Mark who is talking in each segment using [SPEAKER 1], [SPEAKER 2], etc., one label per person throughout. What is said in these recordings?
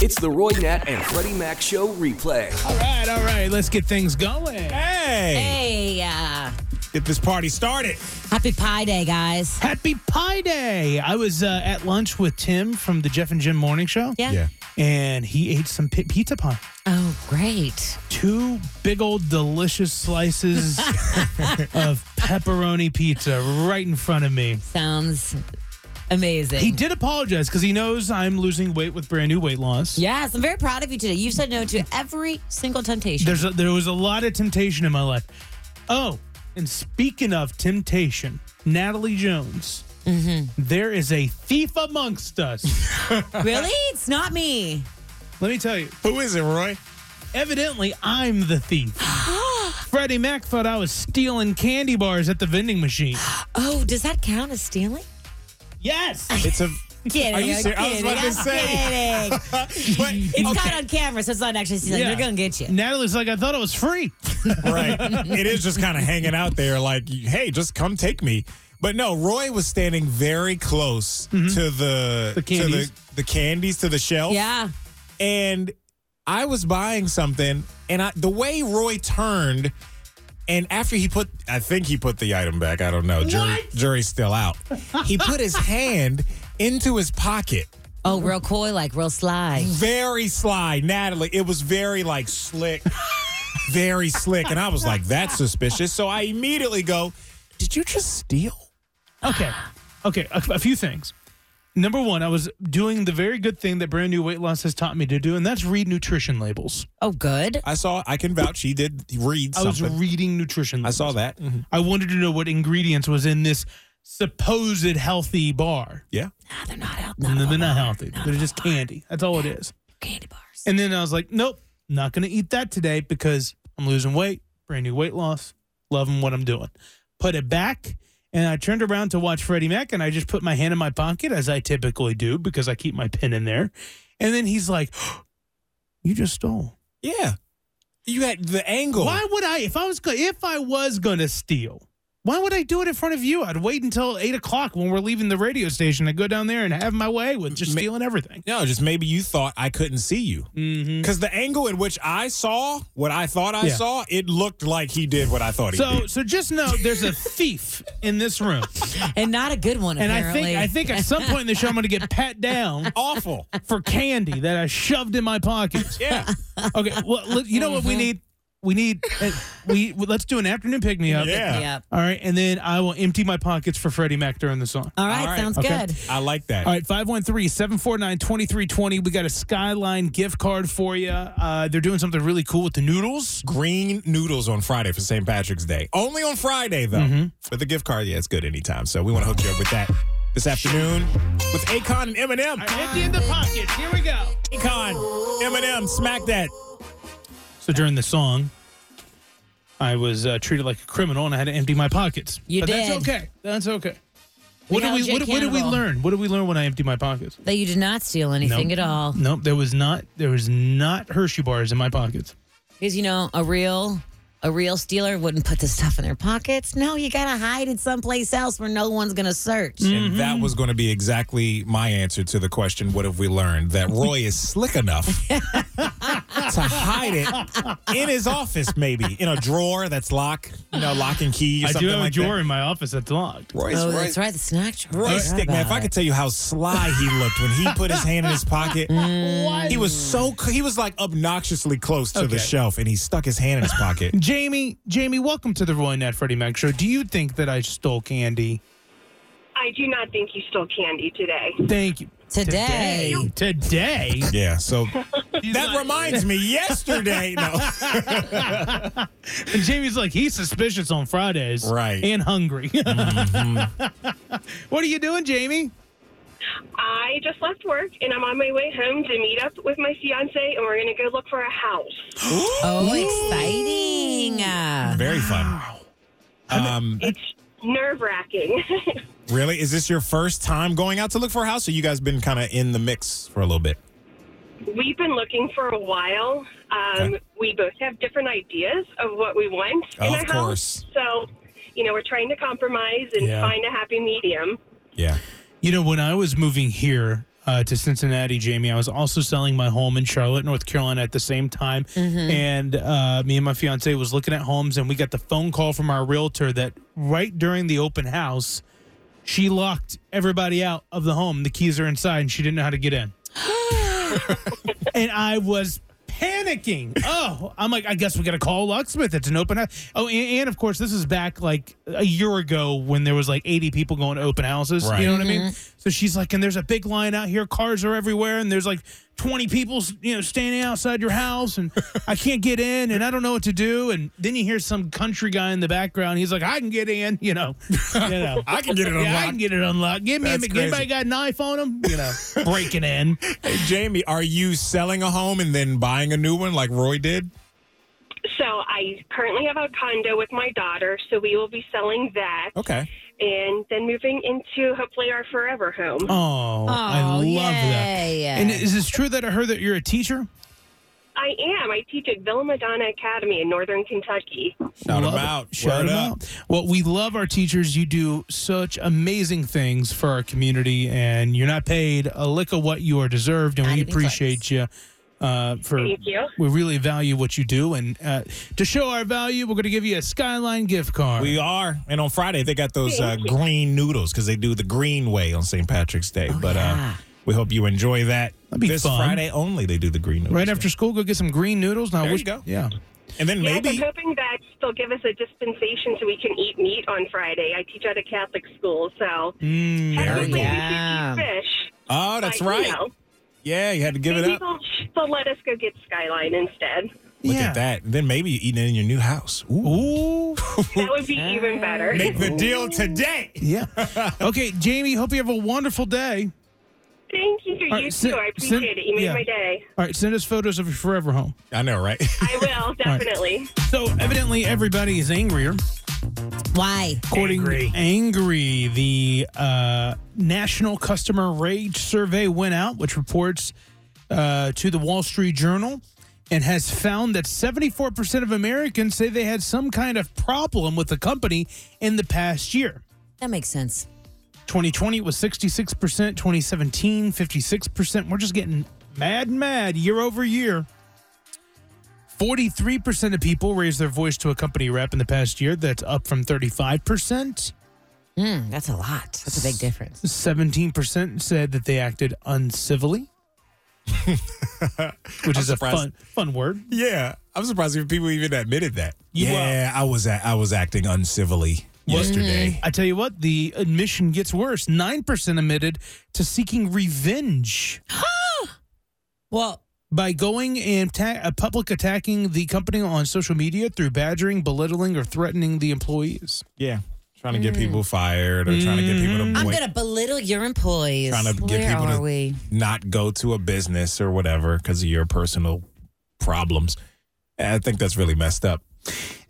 [SPEAKER 1] It's the Roy Nat and Freddie Mac Show replay.
[SPEAKER 2] All right, all right, let's get things going. Hey,
[SPEAKER 3] Hey, uh,
[SPEAKER 2] get this party started.
[SPEAKER 3] happy Pi Day, guys.
[SPEAKER 2] Happy Pie Day. I was uh, at lunch with Tim from the Jeff and Jim Morning Show.
[SPEAKER 3] Yeah. Yeah.
[SPEAKER 2] And he ate some pi- pizza pie.
[SPEAKER 3] Oh, great.
[SPEAKER 2] Two big old delicious slices of pepperoni pizza right in front of me.
[SPEAKER 3] Sounds amazing.
[SPEAKER 2] He did apologize because he knows I'm losing weight with brand new weight loss.
[SPEAKER 3] Yes, I'm very proud of you today. You've said no to every single temptation.
[SPEAKER 2] There's a, there was a lot of temptation in my life. Oh, and speaking of temptation, Natalie Jones,
[SPEAKER 3] Mm-hmm.
[SPEAKER 2] there is a thief amongst us.
[SPEAKER 3] really? It's not me.
[SPEAKER 2] Let me tell you,
[SPEAKER 4] Who is it, Roy?
[SPEAKER 2] evidently I'm the thief. Freddie Mac thought I was stealing candy bars at the vending machine.
[SPEAKER 3] Oh, does that count as stealing?
[SPEAKER 2] Yes.
[SPEAKER 4] It's a.
[SPEAKER 3] Kidding.
[SPEAKER 4] Are you serious? I was about to say.
[SPEAKER 3] kidding.
[SPEAKER 4] But,
[SPEAKER 3] It's caught on camera, so it's not actually stealing.
[SPEAKER 2] Yeah.
[SPEAKER 3] They're going to get you.
[SPEAKER 2] Natalie's like, I thought it was free.
[SPEAKER 4] right. It is just kind of hanging out there, like, hey, just come take me. But no, Roy was standing very close to the,
[SPEAKER 2] The candies.
[SPEAKER 4] to the, the candies to the shelf.
[SPEAKER 3] Yeah.
[SPEAKER 4] and I was buying something, and I, the way Roy turned, and after he put, I think he put the item back. I don't know. Jury, jury's still out. He put his hand into his pocket.
[SPEAKER 3] Oh, real coy, like real sly.
[SPEAKER 4] Very sly, Natalie. It was very like slick, very slick, and I was like, "That's suspicious." So I immediately go, "Did you just steal?"
[SPEAKER 2] Okay. Okay. A, a few things. Number one, I was doing the very good thing that brand new weight loss has taught me to do, and that's read nutrition labels.
[SPEAKER 3] Oh, good.
[SPEAKER 4] I saw. I can vouch. He did read
[SPEAKER 2] I was
[SPEAKER 4] something.
[SPEAKER 2] reading Mm-hmm. nutrition
[SPEAKER 4] I
[SPEAKER 2] labels.
[SPEAKER 4] saw that.
[SPEAKER 2] I wanted to know what ingredients was in this supposed healthy bar.
[SPEAKER 4] Yeah.
[SPEAKER 3] Ah, they're not out.
[SPEAKER 2] No,
[SPEAKER 3] Not
[SPEAKER 2] they're not healthy. They're just candy. That's all it is.
[SPEAKER 3] candy bars.
[SPEAKER 2] And then I was like, nope, not going to eat that today because I'm losing weight, brand new weight loss, loving what I'm doing. Put it back. And I turned around to watch Freddie Mac and I just put my hand in my pocket as I typically do because I keep my pen in there. And then he's like, you just stole.
[SPEAKER 4] Yeah. You had the angle.
[SPEAKER 2] Why would I? If I was go- if I was gonna steal, why would I do it in front of you? I'd wait until eight o'clock when we're leaving the radio station to go down there and have my way with just
[SPEAKER 4] Ma-
[SPEAKER 2] stealing everything.
[SPEAKER 4] No, just maybe you thought I couldn't see you.
[SPEAKER 2] Mm-hmm.
[SPEAKER 4] Because the angle in which I saw what I thought I
[SPEAKER 2] Yeah.
[SPEAKER 4] saw, it looked like he did what I thought he
[SPEAKER 2] So
[SPEAKER 4] did.
[SPEAKER 2] so just know there's a thief in this room,
[SPEAKER 3] And not a good one,
[SPEAKER 2] and I
[SPEAKER 3] apparently.
[SPEAKER 2] think I think at some point in the show I'm gonna get pat down
[SPEAKER 4] Awful.
[SPEAKER 2] for candy that I shoved in my pocket.
[SPEAKER 4] Yeah.
[SPEAKER 2] Okay, well let- you know what
[SPEAKER 3] Mm-hmm.
[SPEAKER 2] we need. We need uh, we let's do an afternoon pick me up.
[SPEAKER 4] Yeah.
[SPEAKER 3] Yep.
[SPEAKER 2] All right, and then I will empty my pockets for Freddie Mac during the song.
[SPEAKER 3] All right,
[SPEAKER 4] All right,
[SPEAKER 3] sounds
[SPEAKER 2] okay.
[SPEAKER 3] good.
[SPEAKER 4] I like that.
[SPEAKER 2] All right, 513 749 2320. We got a Skyline gift card for you. Uh, they're doing something really cool with the noodles.
[SPEAKER 4] Green noodles on Friday for St. Patrick's Day. Only on Friday, though.
[SPEAKER 2] Mm-hmm.
[SPEAKER 4] But the gift card, yeah, it's good anytime. So we want to hook you up with that this afternoon with Akon and Eminem.
[SPEAKER 2] Empty in the pockets. Here we go.
[SPEAKER 4] Akon, Eminem, smack that.
[SPEAKER 2] So during the song, I was uh, treated like a criminal and I had to empty my pockets.
[SPEAKER 3] You
[SPEAKER 2] but
[SPEAKER 3] did.
[SPEAKER 2] that's okay. That's okay.
[SPEAKER 3] We
[SPEAKER 2] What did
[SPEAKER 3] held
[SPEAKER 2] we
[SPEAKER 3] you
[SPEAKER 2] what, what did we
[SPEAKER 3] accountable.
[SPEAKER 2] learn? What did we learn when I emptied my pockets?
[SPEAKER 3] That you did not steal anything
[SPEAKER 2] Nope.
[SPEAKER 3] at all.
[SPEAKER 2] Nope, there was not there was not Hershey bars in my pockets.
[SPEAKER 3] Because you know, a real a real stealer wouldn't put the stuff in their pockets. No, you gotta hide it someplace else where no one's gonna search.
[SPEAKER 4] And that was going to be exactly my answer to the question what have we learned? That Roy is slick enough to hide it in his office, maybe in a drawer that's lock, you know, lock and key
[SPEAKER 2] I
[SPEAKER 4] or
[SPEAKER 2] do
[SPEAKER 4] something
[SPEAKER 2] have a
[SPEAKER 4] like
[SPEAKER 2] drawer
[SPEAKER 4] that.
[SPEAKER 2] in my office that's locked.
[SPEAKER 4] Roy's,
[SPEAKER 3] Oh,
[SPEAKER 4] Roy's,
[SPEAKER 3] that's right, the snack drawer.
[SPEAKER 4] Roy's
[SPEAKER 3] I forgot
[SPEAKER 4] stick, man. If
[SPEAKER 3] about
[SPEAKER 4] I
[SPEAKER 3] it.
[SPEAKER 4] could tell you how sly he looked when he put his hand in his pocket,
[SPEAKER 3] Mm.
[SPEAKER 4] he was so, cl- he was like obnoxiously close to
[SPEAKER 2] Okay.
[SPEAKER 4] the shelf and he stuck his hand in his pocket.
[SPEAKER 2] Jamie, Jamie, welcome to the Roy Nat Freddie Mac show. Do you think that I stole candy?
[SPEAKER 5] I do not think you stole candy today.
[SPEAKER 2] Thank you.
[SPEAKER 3] Today.
[SPEAKER 2] Today.
[SPEAKER 4] yeah. So
[SPEAKER 2] He's
[SPEAKER 4] that
[SPEAKER 2] like-
[SPEAKER 4] reminds me yesterday. No.
[SPEAKER 2] And Jamie's like, he's suspicious on Fridays.
[SPEAKER 4] Right.
[SPEAKER 2] And hungry. what are you doing, Jamie?
[SPEAKER 5] I just left work and I'm on my way home to meet up with my fiance and we're going to go look for a house.
[SPEAKER 3] Oh, exciting. Uh,
[SPEAKER 4] Very fun. Um,
[SPEAKER 5] It's nerve wracking.
[SPEAKER 4] Really? Is this your first time going out to look for a house, or you guys been kind of in the mix for a little bit?
[SPEAKER 5] We've been looking for a while. Um,
[SPEAKER 4] Okay.
[SPEAKER 5] We both have different ideas of what we want in
[SPEAKER 4] Of
[SPEAKER 5] a house.
[SPEAKER 4] course.
[SPEAKER 5] So, you know, we're trying to compromise and
[SPEAKER 2] Yeah.
[SPEAKER 5] find a happy medium.
[SPEAKER 4] Yeah.
[SPEAKER 2] You know, when I was moving here, uh, to Cincinnati, Jamie. I was also selling my home in Charlotte, North Carolina at the same time. And uh, me and my fiance was looking at homes, and we got the phone call from our realtor that right during the open house, she locked everybody out of the home. The keys are inside, and she didn't know how to get in. and I was panicking. Oh, I'm like, I guess we got to call locksmith. It's an open house. Oh, and, and of course, this is back like a year ago when there was like 80 people going to open houses.
[SPEAKER 4] Right.
[SPEAKER 2] You know what I mean? So she's like, and there's a big line out here. Cars are everywhere, and there's like 20 people, you know, standing outside your house, and I can't get in, and I don't know what to do. And then you hear some country guy in the background. He's like, I can get in. You know, you know.
[SPEAKER 4] I can get it
[SPEAKER 2] Yeah, I can
[SPEAKER 4] unlocked.
[SPEAKER 2] get it unlocked. Give me
[SPEAKER 4] That's
[SPEAKER 2] a anybody
[SPEAKER 4] crazy.
[SPEAKER 2] got a knife on them? You know, breaking in.
[SPEAKER 4] Hey, Jamie, are you selling a home and then buying a new one like Roy did?
[SPEAKER 5] So I currently have a condo with my daughter, so we will be selling that
[SPEAKER 4] Okay.
[SPEAKER 5] and then moving into hopefully our forever home.
[SPEAKER 2] Oh, I love
[SPEAKER 3] yay.
[SPEAKER 2] that. And is it true that I heard that you're a teacher?
[SPEAKER 5] I am. I teach at Villa Madonna Academy in Northern Kentucky.
[SPEAKER 4] Shout
[SPEAKER 2] Love
[SPEAKER 4] him
[SPEAKER 2] it.
[SPEAKER 4] out.
[SPEAKER 2] Shout
[SPEAKER 4] Word
[SPEAKER 2] them
[SPEAKER 4] up.
[SPEAKER 2] out. Well, we love our teachers. You do such amazing things for our community, and you're not paid a lick of what you are deserved, and
[SPEAKER 3] Not
[SPEAKER 2] we
[SPEAKER 3] even
[SPEAKER 2] appreciate you. Uh, for
[SPEAKER 5] Thank you.
[SPEAKER 2] we really value what you do, and uh, to show our value, we're going to give you a Skyline gift card.
[SPEAKER 4] We are. And on Friday, they got those uh, green noodles because they do the green way on St. Patrick's Day.
[SPEAKER 5] Oh,
[SPEAKER 4] but
[SPEAKER 3] yeah.
[SPEAKER 4] uh, we hope you enjoy that.
[SPEAKER 2] That'd be
[SPEAKER 4] this
[SPEAKER 2] fun.
[SPEAKER 4] Friday only, they do the green noodles.
[SPEAKER 2] right after school, go get some green noodles. Now,
[SPEAKER 4] There
[SPEAKER 2] wish-
[SPEAKER 4] you go.
[SPEAKER 2] Oh, Yeah,
[SPEAKER 4] And then
[SPEAKER 5] Yes, I'm
[SPEAKER 4] maybe.
[SPEAKER 5] hoping that they'll give us a dispensation so we can eat meat on Friday. I teach at a Catholic school, so
[SPEAKER 2] Mm,
[SPEAKER 5] technically we should
[SPEAKER 3] Yeah.
[SPEAKER 5] eat fish.
[SPEAKER 4] Oh, that's
[SPEAKER 5] but,
[SPEAKER 4] right.
[SPEAKER 5] You know,
[SPEAKER 4] Yeah, you had to give it
[SPEAKER 5] maybe
[SPEAKER 4] up.
[SPEAKER 5] They'll, they'll let us go get Skyline instead.
[SPEAKER 4] Look
[SPEAKER 2] yeah.
[SPEAKER 4] at that. Then maybe you're eating it in your new house. Ooh.
[SPEAKER 2] Ooh.
[SPEAKER 5] That would be even better.
[SPEAKER 4] Make the deal today.
[SPEAKER 2] Yeah. Okay, Jamie, hope you have a wonderful day.
[SPEAKER 5] Thank you. You
[SPEAKER 2] All right,
[SPEAKER 5] too.
[SPEAKER 2] send-
[SPEAKER 5] I appreciate
[SPEAKER 2] send-
[SPEAKER 5] it. You made
[SPEAKER 2] yeah.
[SPEAKER 5] my day.
[SPEAKER 2] All right, send us photos of your forever home.
[SPEAKER 4] I know, right?
[SPEAKER 5] I will, definitely.
[SPEAKER 2] So, evidently, everybody is angrier.
[SPEAKER 3] Why?
[SPEAKER 2] According
[SPEAKER 4] Angry.
[SPEAKER 2] Angry, the uh, National Customer Rage Survey went out, which reports uh, to the Wall Street Journal and has found that 74% of Americans say they had some kind of problem with the company in the past year.
[SPEAKER 3] That makes sense.
[SPEAKER 2] 2020 was 66%, 2017, 56%. We're just getting mad, mad year over year. 43% of people raised their voice to a company rep in the past year. That's up from 35%.
[SPEAKER 3] Mm, that's a lot. That's a big difference.
[SPEAKER 2] 17% said that they acted uncivilly, which is a
[SPEAKER 4] surprised.
[SPEAKER 2] fun, fun word.
[SPEAKER 4] yeah. I'm surprised if people even admitted that.
[SPEAKER 2] You- uh,
[SPEAKER 4] yeah, I was a- I was acting uncivilly yesterday.
[SPEAKER 2] I tell you what, the admission gets worse. 9% admitted to seeking revenge.
[SPEAKER 3] Well,
[SPEAKER 2] by going and ta- uh, public attacking the company on social media through badgering, belittling, or threatening the employees.
[SPEAKER 4] Yeah. Trying to
[SPEAKER 5] Mm.
[SPEAKER 4] get people fired or trying to get people to
[SPEAKER 3] I'm
[SPEAKER 4] boy-
[SPEAKER 3] going to belittle your employees.
[SPEAKER 4] Trying to get
[SPEAKER 3] Where
[SPEAKER 4] people
[SPEAKER 3] are
[SPEAKER 4] to-
[SPEAKER 3] we?
[SPEAKER 4] not go to a business or whatever because of your personal problems. I think that's really messed up.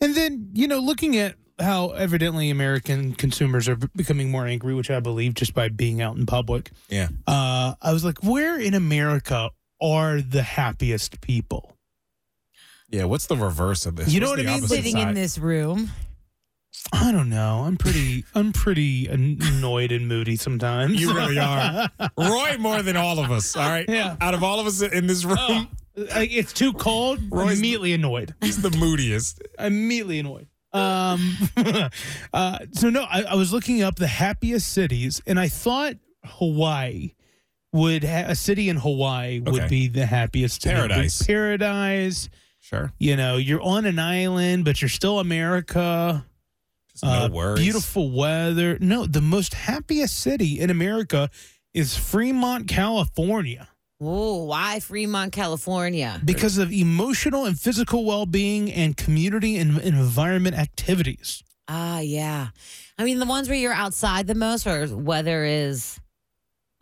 [SPEAKER 2] And then, you know, looking at how evidently American consumers are b- becoming more angry, which I believe just by being out in public,
[SPEAKER 4] Yeah.
[SPEAKER 2] uh, I was like, where in America are the happiest people?
[SPEAKER 4] Yeah. What's the reverse of this?
[SPEAKER 2] You know
[SPEAKER 4] What's
[SPEAKER 2] what I
[SPEAKER 4] the
[SPEAKER 2] mean?
[SPEAKER 4] opposite
[SPEAKER 3] Living in
[SPEAKER 4] side?
[SPEAKER 3] this room.
[SPEAKER 2] I don't know. I'm pretty, I'm pretty annoyed and moody sometimes.
[SPEAKER 4] You really are. Roy more than all of us. All right.
[SPEAKER 2] Yeah. Oh, uh,
[SPEAKER 4] Out of all of us in this room,
[SPEAKER 2] Like, it's too cold.
[SPEAKER 4] Roy's-
[SPEAKER 2] immediately annoyed.
[SPEAKER 4] he's the moodiest.
[SPEAKER 2] immediately annoyed. Um, uh, so no, I, I was looking up the happiest cities, and I thought Hawaii would ha- a city in Hawaii would
[SPEAKER 4] Okay.
[SPEAKER 2] be the happiest. to me.
[SPEAKER 4] Paradise.
[SPEAKER 2] paradise.
[SPEAKER 4] Sure.
[SPEAKER 2] You know, you're on an island, but you're still America.
[SPEAKER 4] Just no
[SPEAKER 2] Uh,
[SPEAKER 4] worries.
[SPEAKER 2] Beautiful weather. No, the most happiest city in America is Fremont, California.
[SPEAKER 3] Ooh, why Fremont, California?
[SPEAKER 2] Because of emotional and physical well being and community and environment activities.
[SPEAKER 3] Ah, yeah. I mean, the ones where you're outside the most, or weather is,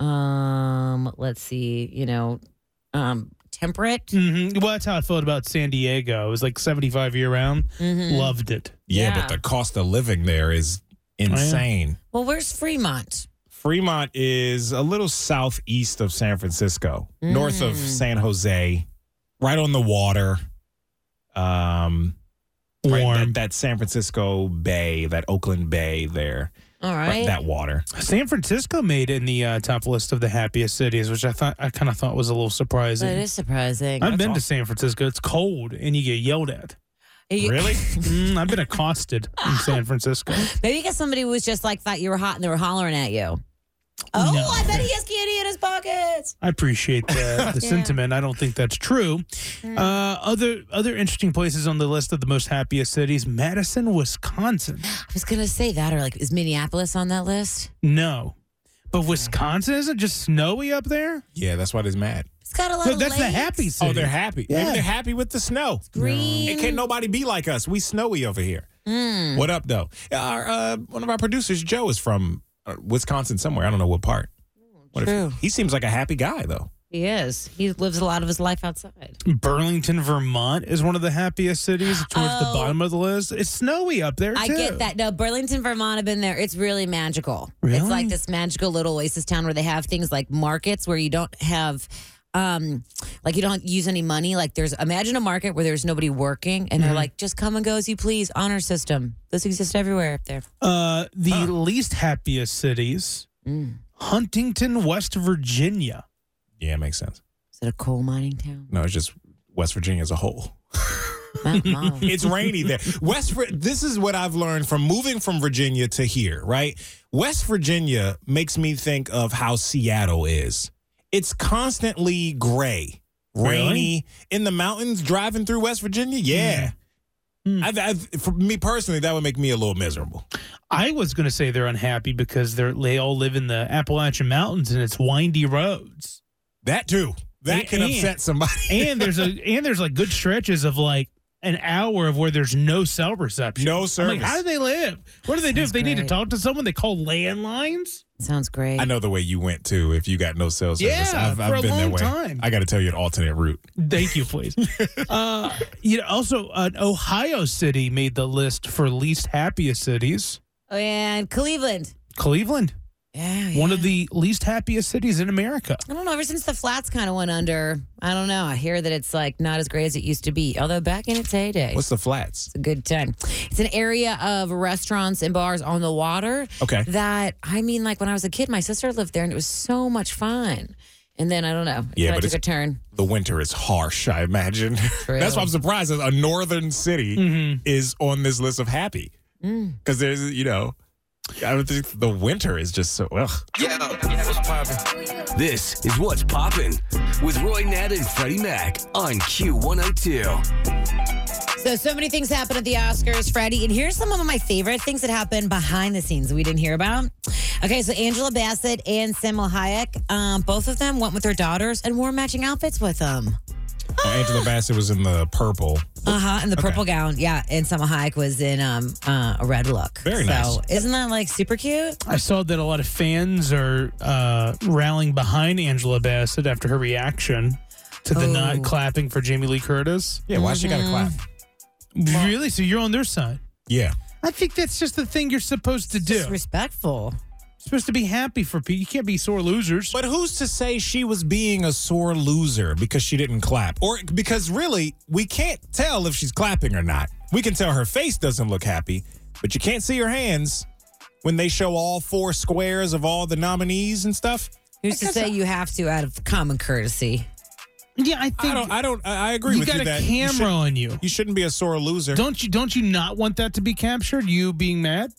[SPEAKER 3] um, let's see, you know, um, temperate.
[SPEAKER 2] hmm Well, that's how I felt about San Diego. It was like 75 year round.
[SPEAKER 3] Mhm.
[SPEAKER 2] Loved it.
[SPEAKER 4] Yeah,
[SPEAKER 3] Yeah.
[SPEAKER 4] But the cost of living there is insane.
[SPEAKER 3] Well, where's Fremont?
[SPEAKER 4] Fremont is a little southeast of San Francisco, north of
[SPEAKER 3] Mm.
[SPEAKER 4] San Jose, right on the water. Um, right,
[SPEAKER 2] Warm.
[SPEAKER 4] that, that San Francisco Bay, that Oakland Bay there.
[SPEAKER 3] All right.
[SPEAKER 4] that water.
[SPEAKER 2] San Francisco made in the uh, top list of the happiest cities, which I thought I kind of thought was a little surprising.
[SPEAKER 3] That is surprising.
[SPEAKER 2] I've been to San Francisco. It's cold and you get yelled at.
[SPEAKER 3] You-
[SPEAKER 4] Really?
[SPEAKER 2] Mm, I've been accosted in San Francisco.
[SPEAKER 3] Maybe because somebody was just like thought you were hot and they were hollering at you. Oh,
[SPEAKER 2] No.
[SPEAKER 3] I bet he has candy in his pockets.
[SPEAKER 2] I appreciate the, the sentiment. I don't think that's true.
[SPEAKER 3] Mm.
[SPEAKER 2] Uh, other other interesting places on the list of the most happiest cities: Madison, Wisconsin.
[SPEAKER 3] I was gonna say that, or like, is Minneapolis on that list?
[SPEAKER 2] No, but Wisconsin isn't it just snowy up there.
[SPEAKER 4] Yeah, that's why they're mad.
[SPEAKER 3] It's got a lot
[SPEAKER 2] No,
[SPEAKER 3] of
[SPEAKER 2] that's the
[SPEAKER 3] lakes,
[SPEAKER 2] happy city.
[SPEAKER 4] Oh, they're happy.
[SPEAKER 2] Yeah.
[SPEAKER 4] Maybe they're happy with the snow.
[SPEAKER 3] green.
[SPEAKER 4] It can't nobody be like us. We snowy over here.
[SPEAKER 2] Mm.
[SPEAKER 4] What up, though? Our uh, one of our producers, Joe, is from uh, Wisconsin somewhere. I don't know what part. What if-
[SPEAKER 3] true.
[SPEAKER 4] he seems like a happy guy, though.
[SPEAKER 3] He is. He lives a lot of his life outside.
[SPEAKER 2] Burlington, Vermont is one of the happiest cities towards the
[SPEAKER 3] Oh.
[SPEAKER 2] bottom of the list. It's snowy up there too.
[SPEAKER 3] I get that. No, Burlington, Vermont, I've been there. It's really magical. It's
[SPEAKER 2] Really?
[SPEAKER 3] like this magical little oasis town where they have things like markets where you don't have. Um, like you don't use any money. Like there's imagine a market where there's nobody working, and
[SPEAKER 2] Mm-hmm.
[SPEAKER 3] they're like, just come and go as you please. Honor system. Those exist everywhere up there.
[SPEAKER 2] Uh, the least happiest cities:
[SPEAKER 3] Mm.
[SPEAKER 2] Huntington, West Virginia.
[SPEAKER 4] Yeah, it makes sense.
[SPEAKER 3] Is it a coal mining town?
[SPEAKER 4] No, it's just West Virginia as a whole.
[SPEAKER 3] Not mine.
[SPEAKER 4] It's rainy there. West. Vir- This is what I've learned from moving from Virginia to here. Right, West Virginia makes me think of how Seattle is. It's constantly gray, rainy
[SPEAKER 2] Really?
[SPEAKER 4] in the mountains. Driving through West Virginia, yeah.
[SPEAKER 2] Hmm.
[SPEAKER 4] I've, I've, for me personally, that would make me a little miserable.
[SPEAKER 2] I was going to say they're unhappy because they're they all live in the Appalachian Mountains and it's windy roads.
[SPEAKER 4] That too. That
[SPEAKER 2] And-
[SPEAKER 4] can
[SPEAKER 2] and-
[SPEAKER 4] upset somebody.
[SPEAKER 2] And there's a and there's like good stretches of like an hour of where there's no cell reception.
[SPEAKER 4] No
[SPEAKER 2] I'm
[SPEAKER 4] service.
[SPEAKER 2] like, how do they live? What do they do
[SPEAKER 3] Sounds
[SPEAKER 2] if they need to
[SPEAKER 3] great.
[SPEAKER 2] talk to someone? They call landlines.
[SPEAKER 3] Sounds great.
[SPEAKER 4] I know the way you went too. If you got no cell service,
[SPEAKER 2] Yeah,
[SPEAKER 4] I've, I've
[SPEAKER 2] for a
[SPEAKER 4] been
[SPEAKER 2] long
[SPEAKER 4] that way.
[SPEAKER 2] time.
[SPEAKER 4] I got to tell you an alternate route.
[SPEAKER 2] Thank you, please. uh, you know, also uh, Ohio City made the list for least happiest cities.
[SPEAKER 3] Oh, and Cleveland.
[SPEAKER 2] Cleveland,
[SPEAKER 3] Yeah,
[SPEAKER 2] one of the least happiest cities in America.
[SPEAKER 3] I don't know. Ever since the flats kind of went under, I don't know. I hear that it's like not as great as it used to be. Although back in its heyday,
[SPEAKER 4] What's the flats?
[SPEAKER 3] it's a good time. It's an area of restaurants and bars on the water.
[SPEAKER 4] Okay.
[SPEAKER 3] That I mean, like when I was a kid, my sister lived there, and it was so much fun. And then I don't know. kinda
[SPEAKER 4] Yeah, but
[SPEAKER 3] took
[SPEAKER 4] it's-
[SPEAKER 3] a turn.
[SPEAKER 4] The winter is harsh, I imagine. That's why I'm surprised that a northern city
[SPEAKER 2] Mm-hmm.
[SPEAKER 4] is on this list of happy.
[SPEAKER 3] Mm.
[SPEAKER 4] Because there's, you know, I don't think the winter is just so. Ugh.
[SPEAKER 1] This is What's Poppin' with Roy Nat and Freddie Mac on Q102.
[SPEAKER 3] So so many things happen at the Oscars, Freddie. And here's some of my favorite things that happened behind the scenes that we didn't hear about. Okay, so Angela Bassett and Samuel Hayek, um, both of them went with their daughters and wore matching outfits with them.
[SPEAKER 4] Well, Angela Bassett was in the purple.
[SPEAKER 3] Uh huh. In the purple gown, yeah. And Selma Hayek was in um uh, a red look.
[SPEAKER 4] Very
[SPEAKER 3] so,
[SPEAKER 4] nice.
[SPEAKER 3] Isn't that like super cute?
[SPEAKER 2] I saw that a lot of fans are uh, rallying behind Angela Bassett after her reaction to
[SPEAKER 3] Oh.
[SPEAKER 2] the not clapping for Jamie Lee Curtis.
[SPEAKER 4] Yeah, why she got to clap?
[SPEAKER 3] Mm-hmm.
[SPEAKER 2] really? So you're on their side?
[SPEAKER 4] Yeah.
[SPEAKER 2] I think that's just the thing you're supposed to do.
[SPEAKER 3] It's respectful.
[SPEAKER 2] supposed to be happy for people. You can't be sore losers.
[SPEAKER 4] But who's to say she was being a sore loser because she didn't clap? Or because really, we can't tell if she's clapping or not. We can tell her face doesn't look happy, but you can't see her hands when they show all four squares of all the nominees and stuff.
[SPEAKER 3] Who's to say you have to out of common courtesy?
[SPEAKER 2] yeah, I think
[SPEAKER 4] I don't I don't I I agree
[SPEAKER 2] you
[SPEAKER 4] with
[SPEAKER 2] got
[SPEAKER 4] you
[SPEAKER 2] a
[SPEAKER 4] that you,
[SPEAKER 2] camera
[SPEAKER 4] shouldn't,
[SPEAKER 2] on you.
[SPEAKER 4] you shouldn't be a sore loser.
[SPEAKER 2] Don't you? Don't you not want that to be captured? You being mad.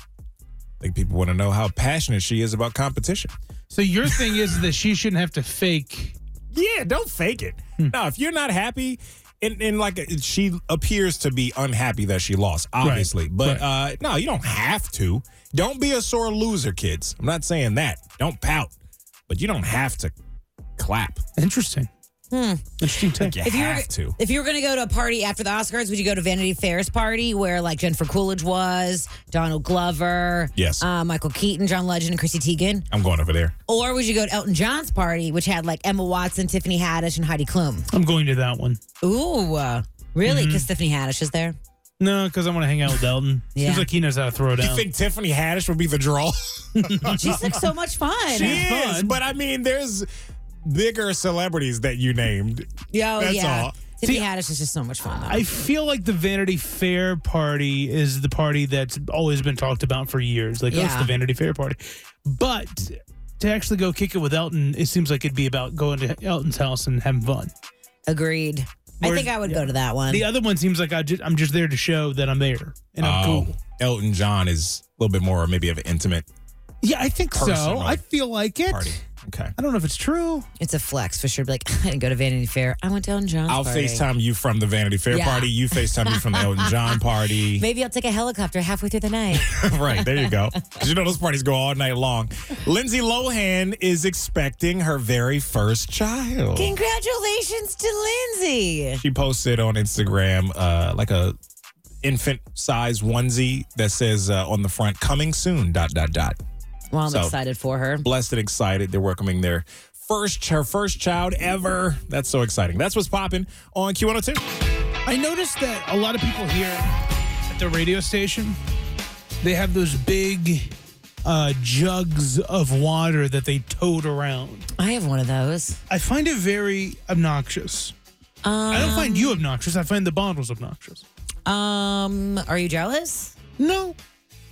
[SPEAKER 4] I think people want to know how passionate she is about competition.
[SPEAKER 2] So your thing is that she shouldn't have to fake.
[SPEAKER 4] Yeah, don't fake it.
[SPEAKER 2] Hmm.
[SPEAKER 4] No, if you're not happy, and, and like uh, she appears to be unhappy that she lost, obviously. But Uh, no, you don't have to. Don't be a sore loser, kids. I'm not saying that. Don't pout, but you don't have to clap.
[SPEAKER 2] Interesting. Interesting take.
[SPEAKER 4] You
[SPEAKER 3] Hmm. If you were-
[SPEAKER 4] have to.
[SPEAKER 3] If you were going to go to a party after the Oscars, would you go to Vanity Fair's party where like Jennifer Coolidge was, Donald Glover,
[SPEAKER 4] Yes.
[SPEAKER 3] uh, Michael Keaton, John Legend, and Chrissy Teigen,
[SPEAKER 4] I'm going over there.
[SPEAKER 3] or would you go to Elton John's party, which had like Emma Watson, Tiffany Haddish, and Heidi Klum?
[SPEAKER 2] I'm going to that one.
[SPEAKER 3] Ooh, uh, really?
[SPEAKER 4] Mm-hmm.
[SPEAKER 3] Because Tiffany Haddish is there.
[SPEAKER 2] No, because I want to hang out with Elton.
[SPEAKER 3] Yeah.
[SPEAKER 2] Seems like he knows how to throw down.
[SPEAKER 4] You think Tiffany Haddish would be the draw?
[SPEAKER 3] She's like so much fun.
[SPEAKER 4] she
[SPEAKER 2] That's
[SPEAKER 4] is,
[SPEAKER 2] fun.
[SPEAKER 4] but I mean, there's bigger celebrities that you named.
[SPEAKER 3] Yo,
[SPEAKER 4] That's
[SPEAKER 3] yeah.
[SPEAKER 4] all.
[SPEAKER 3] Tiffany
[SPEAKER 2] See,
[SPEAKER 3] Haddish is just so much fun. Though.
[SPEAKER 2] I feel like the Vanity Fair party is the party that's always been talked about for years. Like, oh, it's
[SPEAKER 3] Yeah.
[SPEAKER 2] the Vanity Fair party. But to actually go kick it with Elton, it seems like it'd be about going to Elton's house and having fun.
[SPEAKER 3] Agreed. I
[SPEAKER 2] Whereas-
[SPEAKER 3] think I would
[SPEAKER 2] yeah.
[SPEAKER 3] go to that one.
[SPEAKER 2] The other one seems like I just, I'm just there to show that I'm there and I'm
[SPEAKER 4] Oh,
[SPEAKER 2] cool.
[SPEAKER 4] Elton John is a little bit more maybe of an intimate
[SPEAKER 2] Yeah, I think so.
[SPEAKER 4] Personal
[SPEAKER 2] I feel like it.
[SPEAKER 4] party. Okay.
[SPEAKER 2] I don't know if it's true.
[SPEAKER 3] it's a flex for sure. Be like, I didn't go to Vanity Fair. I went to Elton John's
[SPEAKER 4] I'll
[SPEAKER 3] party.
[SPEAKER 4] FaceTime you from the Vanity Fair
[SPEAKER 3] Yeah.
[SPEAKER 4] party. You FaceTime me from the Elton John party.
[SPEAKER 3] Maybe I'll take a helicopter halfway through the night.
[SPEAKER 4] right, there you go. Because you know those parties go all night long. Lindsay Lohan is expecting her very first child.
[SPEAKER 3] Congratulations to Lindsay.
[SPEAKER 4] She posted on Instagram uh, like a infant size onesie that says uh, on the front, coming soon, dot, dot, dot.
[SPEAKER 3] Well, I'm
[SPEAKER 4] So-
[SPEAKER 3] excited for her.
[SPEAKER 4] Blessed and excited. They're welcoming their first, her first child ever. That's so exciting. That's what's popping on Q102.
[SPEAKER 2] I noticed that a lot of people here at the radio station, they have those big uh, jugs of water that they tote around.
[SPEAKER 3] I have one of those.
[SPEAKER 2] I find it very obnoxious. I don't find you obnoxious. I find the bottles obnoxious.
[SPEAKER 3] Um, are you jealous?
[SPEAKER 2] No,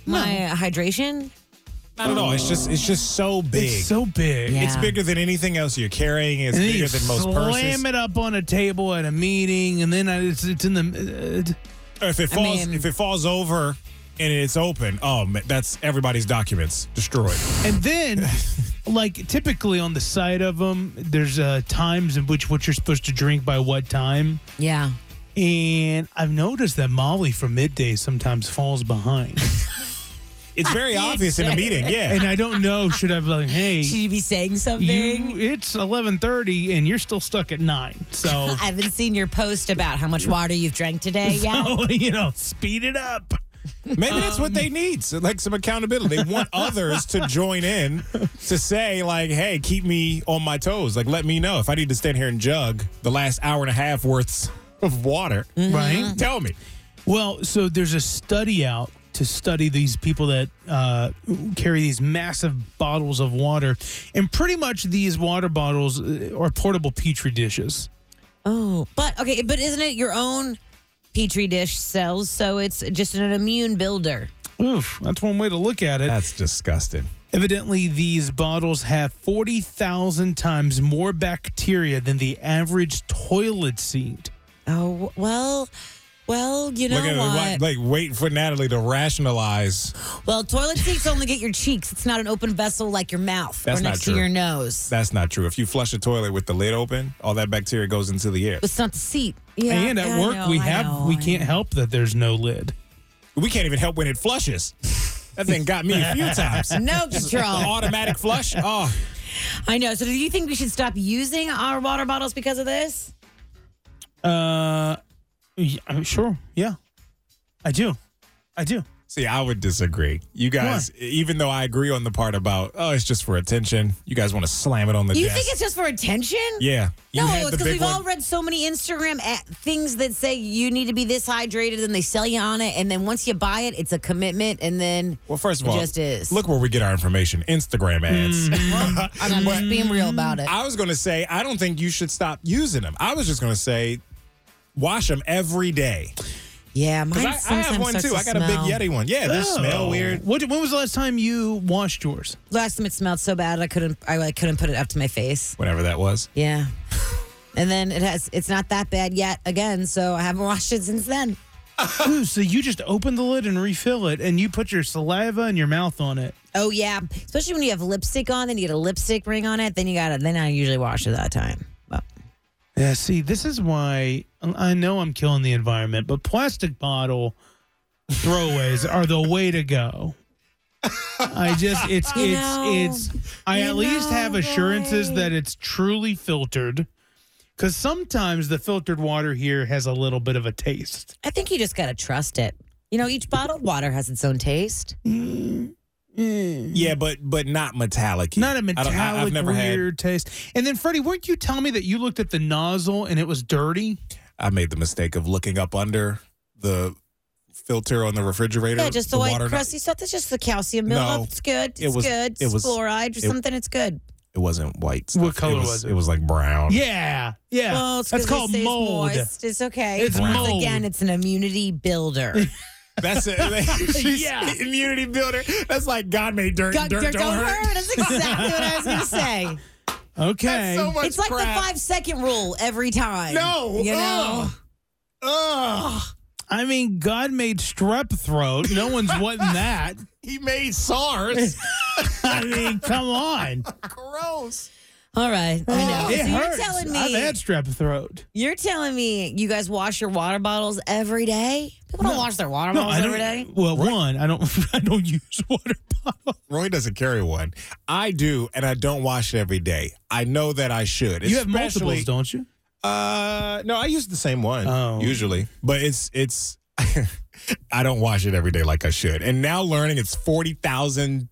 [SPEAKER 3] My hydration?
[SPEAKER 4] Not at all. It's just it's just so big.
[SPEAKER 2] it's so big.
[SPEAKER 3] Yeah.
[SPEAKER 4] It's bigger than anything else you're carrying. It's
[SPEAKER 2] And then
[SPEAKER 4] bigger
[SPEAKER 2] you
[SPEAKER 4] than most
[SPEAKER 2] slam
[SPEAKER 4] purses.
[SPEAKER 2] it up on a table at a meeting, and then I, it's, it's in the. Uh,
[SPEAKER 4] Or if it falls,
[SPEAKER 3] mean-
[SPEAKER 4] if it falls over and it's open, oh, man, that's everybody's documents destroyed.
[SPEAKER 2] and then, like typically on the side of them, there's uh, times in which what you're supposed to drink by what time.
[SPEAKER 3] Yeah.
[SPEAKER 2] And I've noticed that Molly from midday sometimes falls behind.
[SPEAKER 4] It's very obvious in a meeting. Yeah,
[SPEAKER 2] and I don't know, should I be like, hey,
[SPEAKER 3] Should you be saying something?
[SPEAKER 2] you, it's 11.30 and you're still stuck at 9. So,
[SPEAKER 3] I haven't seen your post about how much water you've drank today yet.
[SPEAKER 2] you know, speed it up. Um,
[SPEAKER 4] maybe that's what they need. So like some accountability. They want others to join in to say like, "Hey, keep me on my toes. Like, let me know if I need to stand here and jug the last hour and a half worth of water.
[SPEAKER 3] Mm-hmm.
[SPEAKER 2] Right?
[SPEAKER 4] Tell me."
[SPEAKER 2] Well, so there's a study out to study these people that uh, carry these massive bottles of water. And pretty much these water bottles uh, are portable petri dishes.
[SPEAKER 3] Oh, but okay, but isn't it your own petri dish cells? So it's just an immune builder.
[SPEAKER 2] Oof, that's one way to look at it.
[SPEAKER 4] That's disgusting.
[SPEAKER 2] Evidently, these bottles have 40,000 times more bacteria than the average toilet seat.
[SPEAKER 3] Oh well, well you know
[SPEAKER 4] Look at
[SPEAKER 3] what?
[SPEAKER 4] it, like wait for Natalie to rationalize.
[SPEAKER 3] well, toilet seats only get your cheeks. It's not an open vessel like your mouth
[SPEAKER 4] That's
[SPEAKER 3] or
[SPEAKER 4] not
[SPEAKER 3] next
[SPEAKER 4] true.
[SPEAKER 3] to your nose.
[SPEAKER 4] That's not true. If you flush a toilet with the lid open, all that bacteria goes into the air.
[SPEAKER 3] It's not the seat. Yeah,
[SPEAKER 2] and
[SPEAKER 3] yeah,
[SPEAKER 2] at
[SPEAKER 3] I
[SPEAKER 2] work,
[SPEAKER 3] know,
[SPEAKER 2] we
[SPEAKER 3] I
[SPEAKER 2] have
[SPEAKER 3] know,
[SPEAKER 2] we
[SPEAKER 3] I
[SPEAKER 2] can't
[SPEAKER 3] know.
[SPEAKER 2] help that there's no lid.
[SPEAKER 4] We can't even help when it flushes. That thing got me a few times.
[SPEAKER 3] No
[SPEAKER 4] The
[SPEAKER 3] control.
[SPEAKER 4] automatic flush. Oh,
[SPEAKER 3] I know. So, do you think we should stop using our water bottles because of this?
[SPEAKER 2] Uh, yeah, uh, sure, yeah, I do, I do.
[SPEAKER 4] see, I would disagree. You guys, even though I agree on the part about oh, it's just for attention. You guys want to slam it on the
[SPEAKER 3] You
[SPEAKER 4] desk.
[SPEAKER 3] think it's just for attention?
[SPEAKER 4] yeah. You
[SPEAKER 3] No,
[SPEAKER 4] had
[SPEAKER 3] it's
[SPEAKER 4] the
[SPEAKER 3] because
[SPEAKER 4] big
[SPEAKER 3] we've
[SPEAKER 4] one.
[SPEAKER 3] all read so many Instagram a- things that say you need to be this hydrated, and they sell you on it, and then once you buy it, it's a commitment, and then
[SPEAKER 4] Well, first of
[SPEAKER 3] It
[SPEAKER 4] all,
[SPEAKER 3] just is.
[SPEAKER 4] look where we get our information: Instagram
[SPEAKER 2] Mm.
[SPEAKER 4] ads.
[SPEAKER 3] I'm just being real about it.
[SPEAKER 4] I was going to say I don't think you should stop using them. I was just going to say wash them every day.
[SPEAKER 3] yeah, mine
[SPEAKER 4] 'Cause I, I
[SPEAKER 3] sometimes
[SPEAKER 4] have one
[SPEAKER 3] starts
[SPEAKER 4] too.
[SPEAKER 3] to
[SPEAKER 4] I got a big
[SPEAKER 3] smell.
[SPEAKER 4] Yeti one. Yeah, they smell weird.
[SPEAKER 2] What, when was the last time you washed yours?
[SPEAKER 3] Last time it smelled so bad, I couldn't, I like, couldn't put it up to my face.
[SPEAKER 4] Whatever that was.
[SPEAKER 3] Yeah, and then it has, it's not that bad yet again, so I haven't washed it since then.
[SPEAKER 2] Ooh, so you just open the lid and refill it, and you put your saliva and your mouth on it.
[SPEAKER 3] Oh yeah, especially when you have lipstick on, then you get a lipstick ring on it, then you got to Then I usually wash it that time. But
[SPEAKER 2] Yeah, see, this is why I know I'm killing the environment, but plastic bottle throwaways are the way to go. I just it's
[SPEAKER 3] You
[SPEAKER 2] it's
[SPEAKER 3] know,
[SPEAKER 2] it's I
[SPEAKER 3] you
[SPEAKER 2] at least have
[SPEAKER 3] know,
[SPEAKER 2] assurances
[SPEAKER 3] right.
[SPEAKER 2] that it's truly filtered cuz sometimes the filtered water here has a little bit of a taste.
[SPEAKER 3] I think you just got to trust it. You know, each bottled water has its own taste.
[SPEAKER 4] Yeah, but but not metallic.
[SPEAKER 2] Mm. Not a
[SPEAKER 4] I don't-
[SPEAKER 2] metallic
[SPEAKER 4] I- I've never
[SPEAKER 2] weird taste. And then Freddie, weren't you telling me that you looked at the nozzle and it was dirty?
[SPEAKER 4] had. I made the mistake of looking up under the filter on the refrigerator.
[SPEAKER 3] Yeah, just the, white
[SPEAKER 4] water not-
[SPEAKER 3] crusty stuff. That's just the calcium
[SPEAKER 4] No,
[SPEAKER 3] buildup. it's good. It's
[SPEAKER 4] it was-
[SPEAKER 3] good.
[SPEAKER 4] it was-
[SPEAKER 3] it's fluoride or
[SPEAKER 4] it-
[SPEAKER 3] something. It's good.
[SPEAKER 4] It wasn't white. Stuff.
[SPEAKER 2] What color
[SPEAKER 4] it
[SPEAKER 2] was it?
[SPEAKER 4] It was like brown.
[SPEAKER 2] Yeah, yeah.
[SPEAKER 3] Well, it's
[SPEAKER 2] That's
[SPEAKER 3] 'cause they
[SPEAKER 2] called
[SPEAKER 3] say it's
[SPEAKER 2] mold.
[SPEAKER 3] moist. It's okay.
[SPEAKER 2] It's
[SPEAKER 3] Once
[SPEAKER 2] mold.
[SPEAKER 3] again, it's an immunity builder.
[SPEAKER 4] That's it. She's
[SPEAKER 2] Yeah.
[SPEAKER 4] Immunity builder. That's like God made dirt.
[SPEAKER 3] Got
[SPEAKER 4] dirt,
[SPEAKER 3] dirt
[SPEAKER 4] don't
[SPEAKER 3] over.
[SPEAKER 4] hurt.
[SPEAKER 3] That's exactly what I was going to say.
[SPEAKER 2] Okay.
[SPEAKER 4] That's so much
[SPEAKER 3] it's like
[SPEAKER 4] crap.
[SPEAKER 3] the five second rule every time.
[SPEAKER 4] No.
[SPEAKER 3] You know?
[SPEAKER 4] Ugh. Ugh.
[SPEAKER 2] I mean, God made strep throat. No one's wanting that.
[SPEAKER 4] He made SARS.
[SPEAKER 2] I mean, come on.
[SPEAKER 4] Gross.
[SPEAKER 3] All right. I know.
[SPEAKER 2] It
[SPEAKER 3] so
[SPEAKER 2] hurts.
[SPEAKER 3] you're telling me
[SPEAKER 2] I've had strep throat.
[SPEAKER 3] you're telling me you guys wash your water bottles every day? People don't wash their water
[SPEAKER 2] No,
[SPEAKER 3] bottles
[SPEAKER 2] I
[SPEAKER 3] every day.
[SPEAKER 2] don't. Well, one, I don't. I don't use water bottle.
[SPEAKER 4] Roy doesn't carry one. I do, and I don't wash it every day. I know that I should.
[SPEAKER 2] You have
[SPEAKER 4] Especially-
[SPEAKER 2] multiples, don't you?
[SPEAKER 4] Uh, no, I use the same one
[SPEAKER 2] Oh.
[SPEAKER 4] usually, but it's it's. I don't wash it every day like I should, and now learning it's forty thousand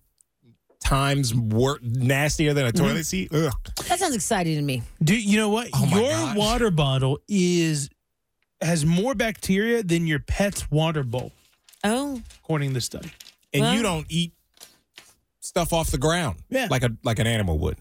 [SPEAKER 4] times wor- nastier than a
[SPEAKER 2] Mm-hmm.
[SPEAKER 4] toilet seat. Ugh.
[SPEAKER 3] That sounds exciting to me.
[SPEAKER 2] Do you know what?
[SPEAKER 4] Oh my
[SPEAKER 2] your
[SPEAKER 4] gosh.
[SPEAKER 2] water bottle is has more bacteria than your pet's water bowl,
[SPEAKER 3] Oh,
[SPEAKER 2] according to the study.
[SPEAKER 4] And
[SPEAKER 3] Well-
[SPEAKER 4] you don't eat stuff off the ground,
[SPEAKER 2] Yeah.
[SPEAKER 4] like a like an animal would.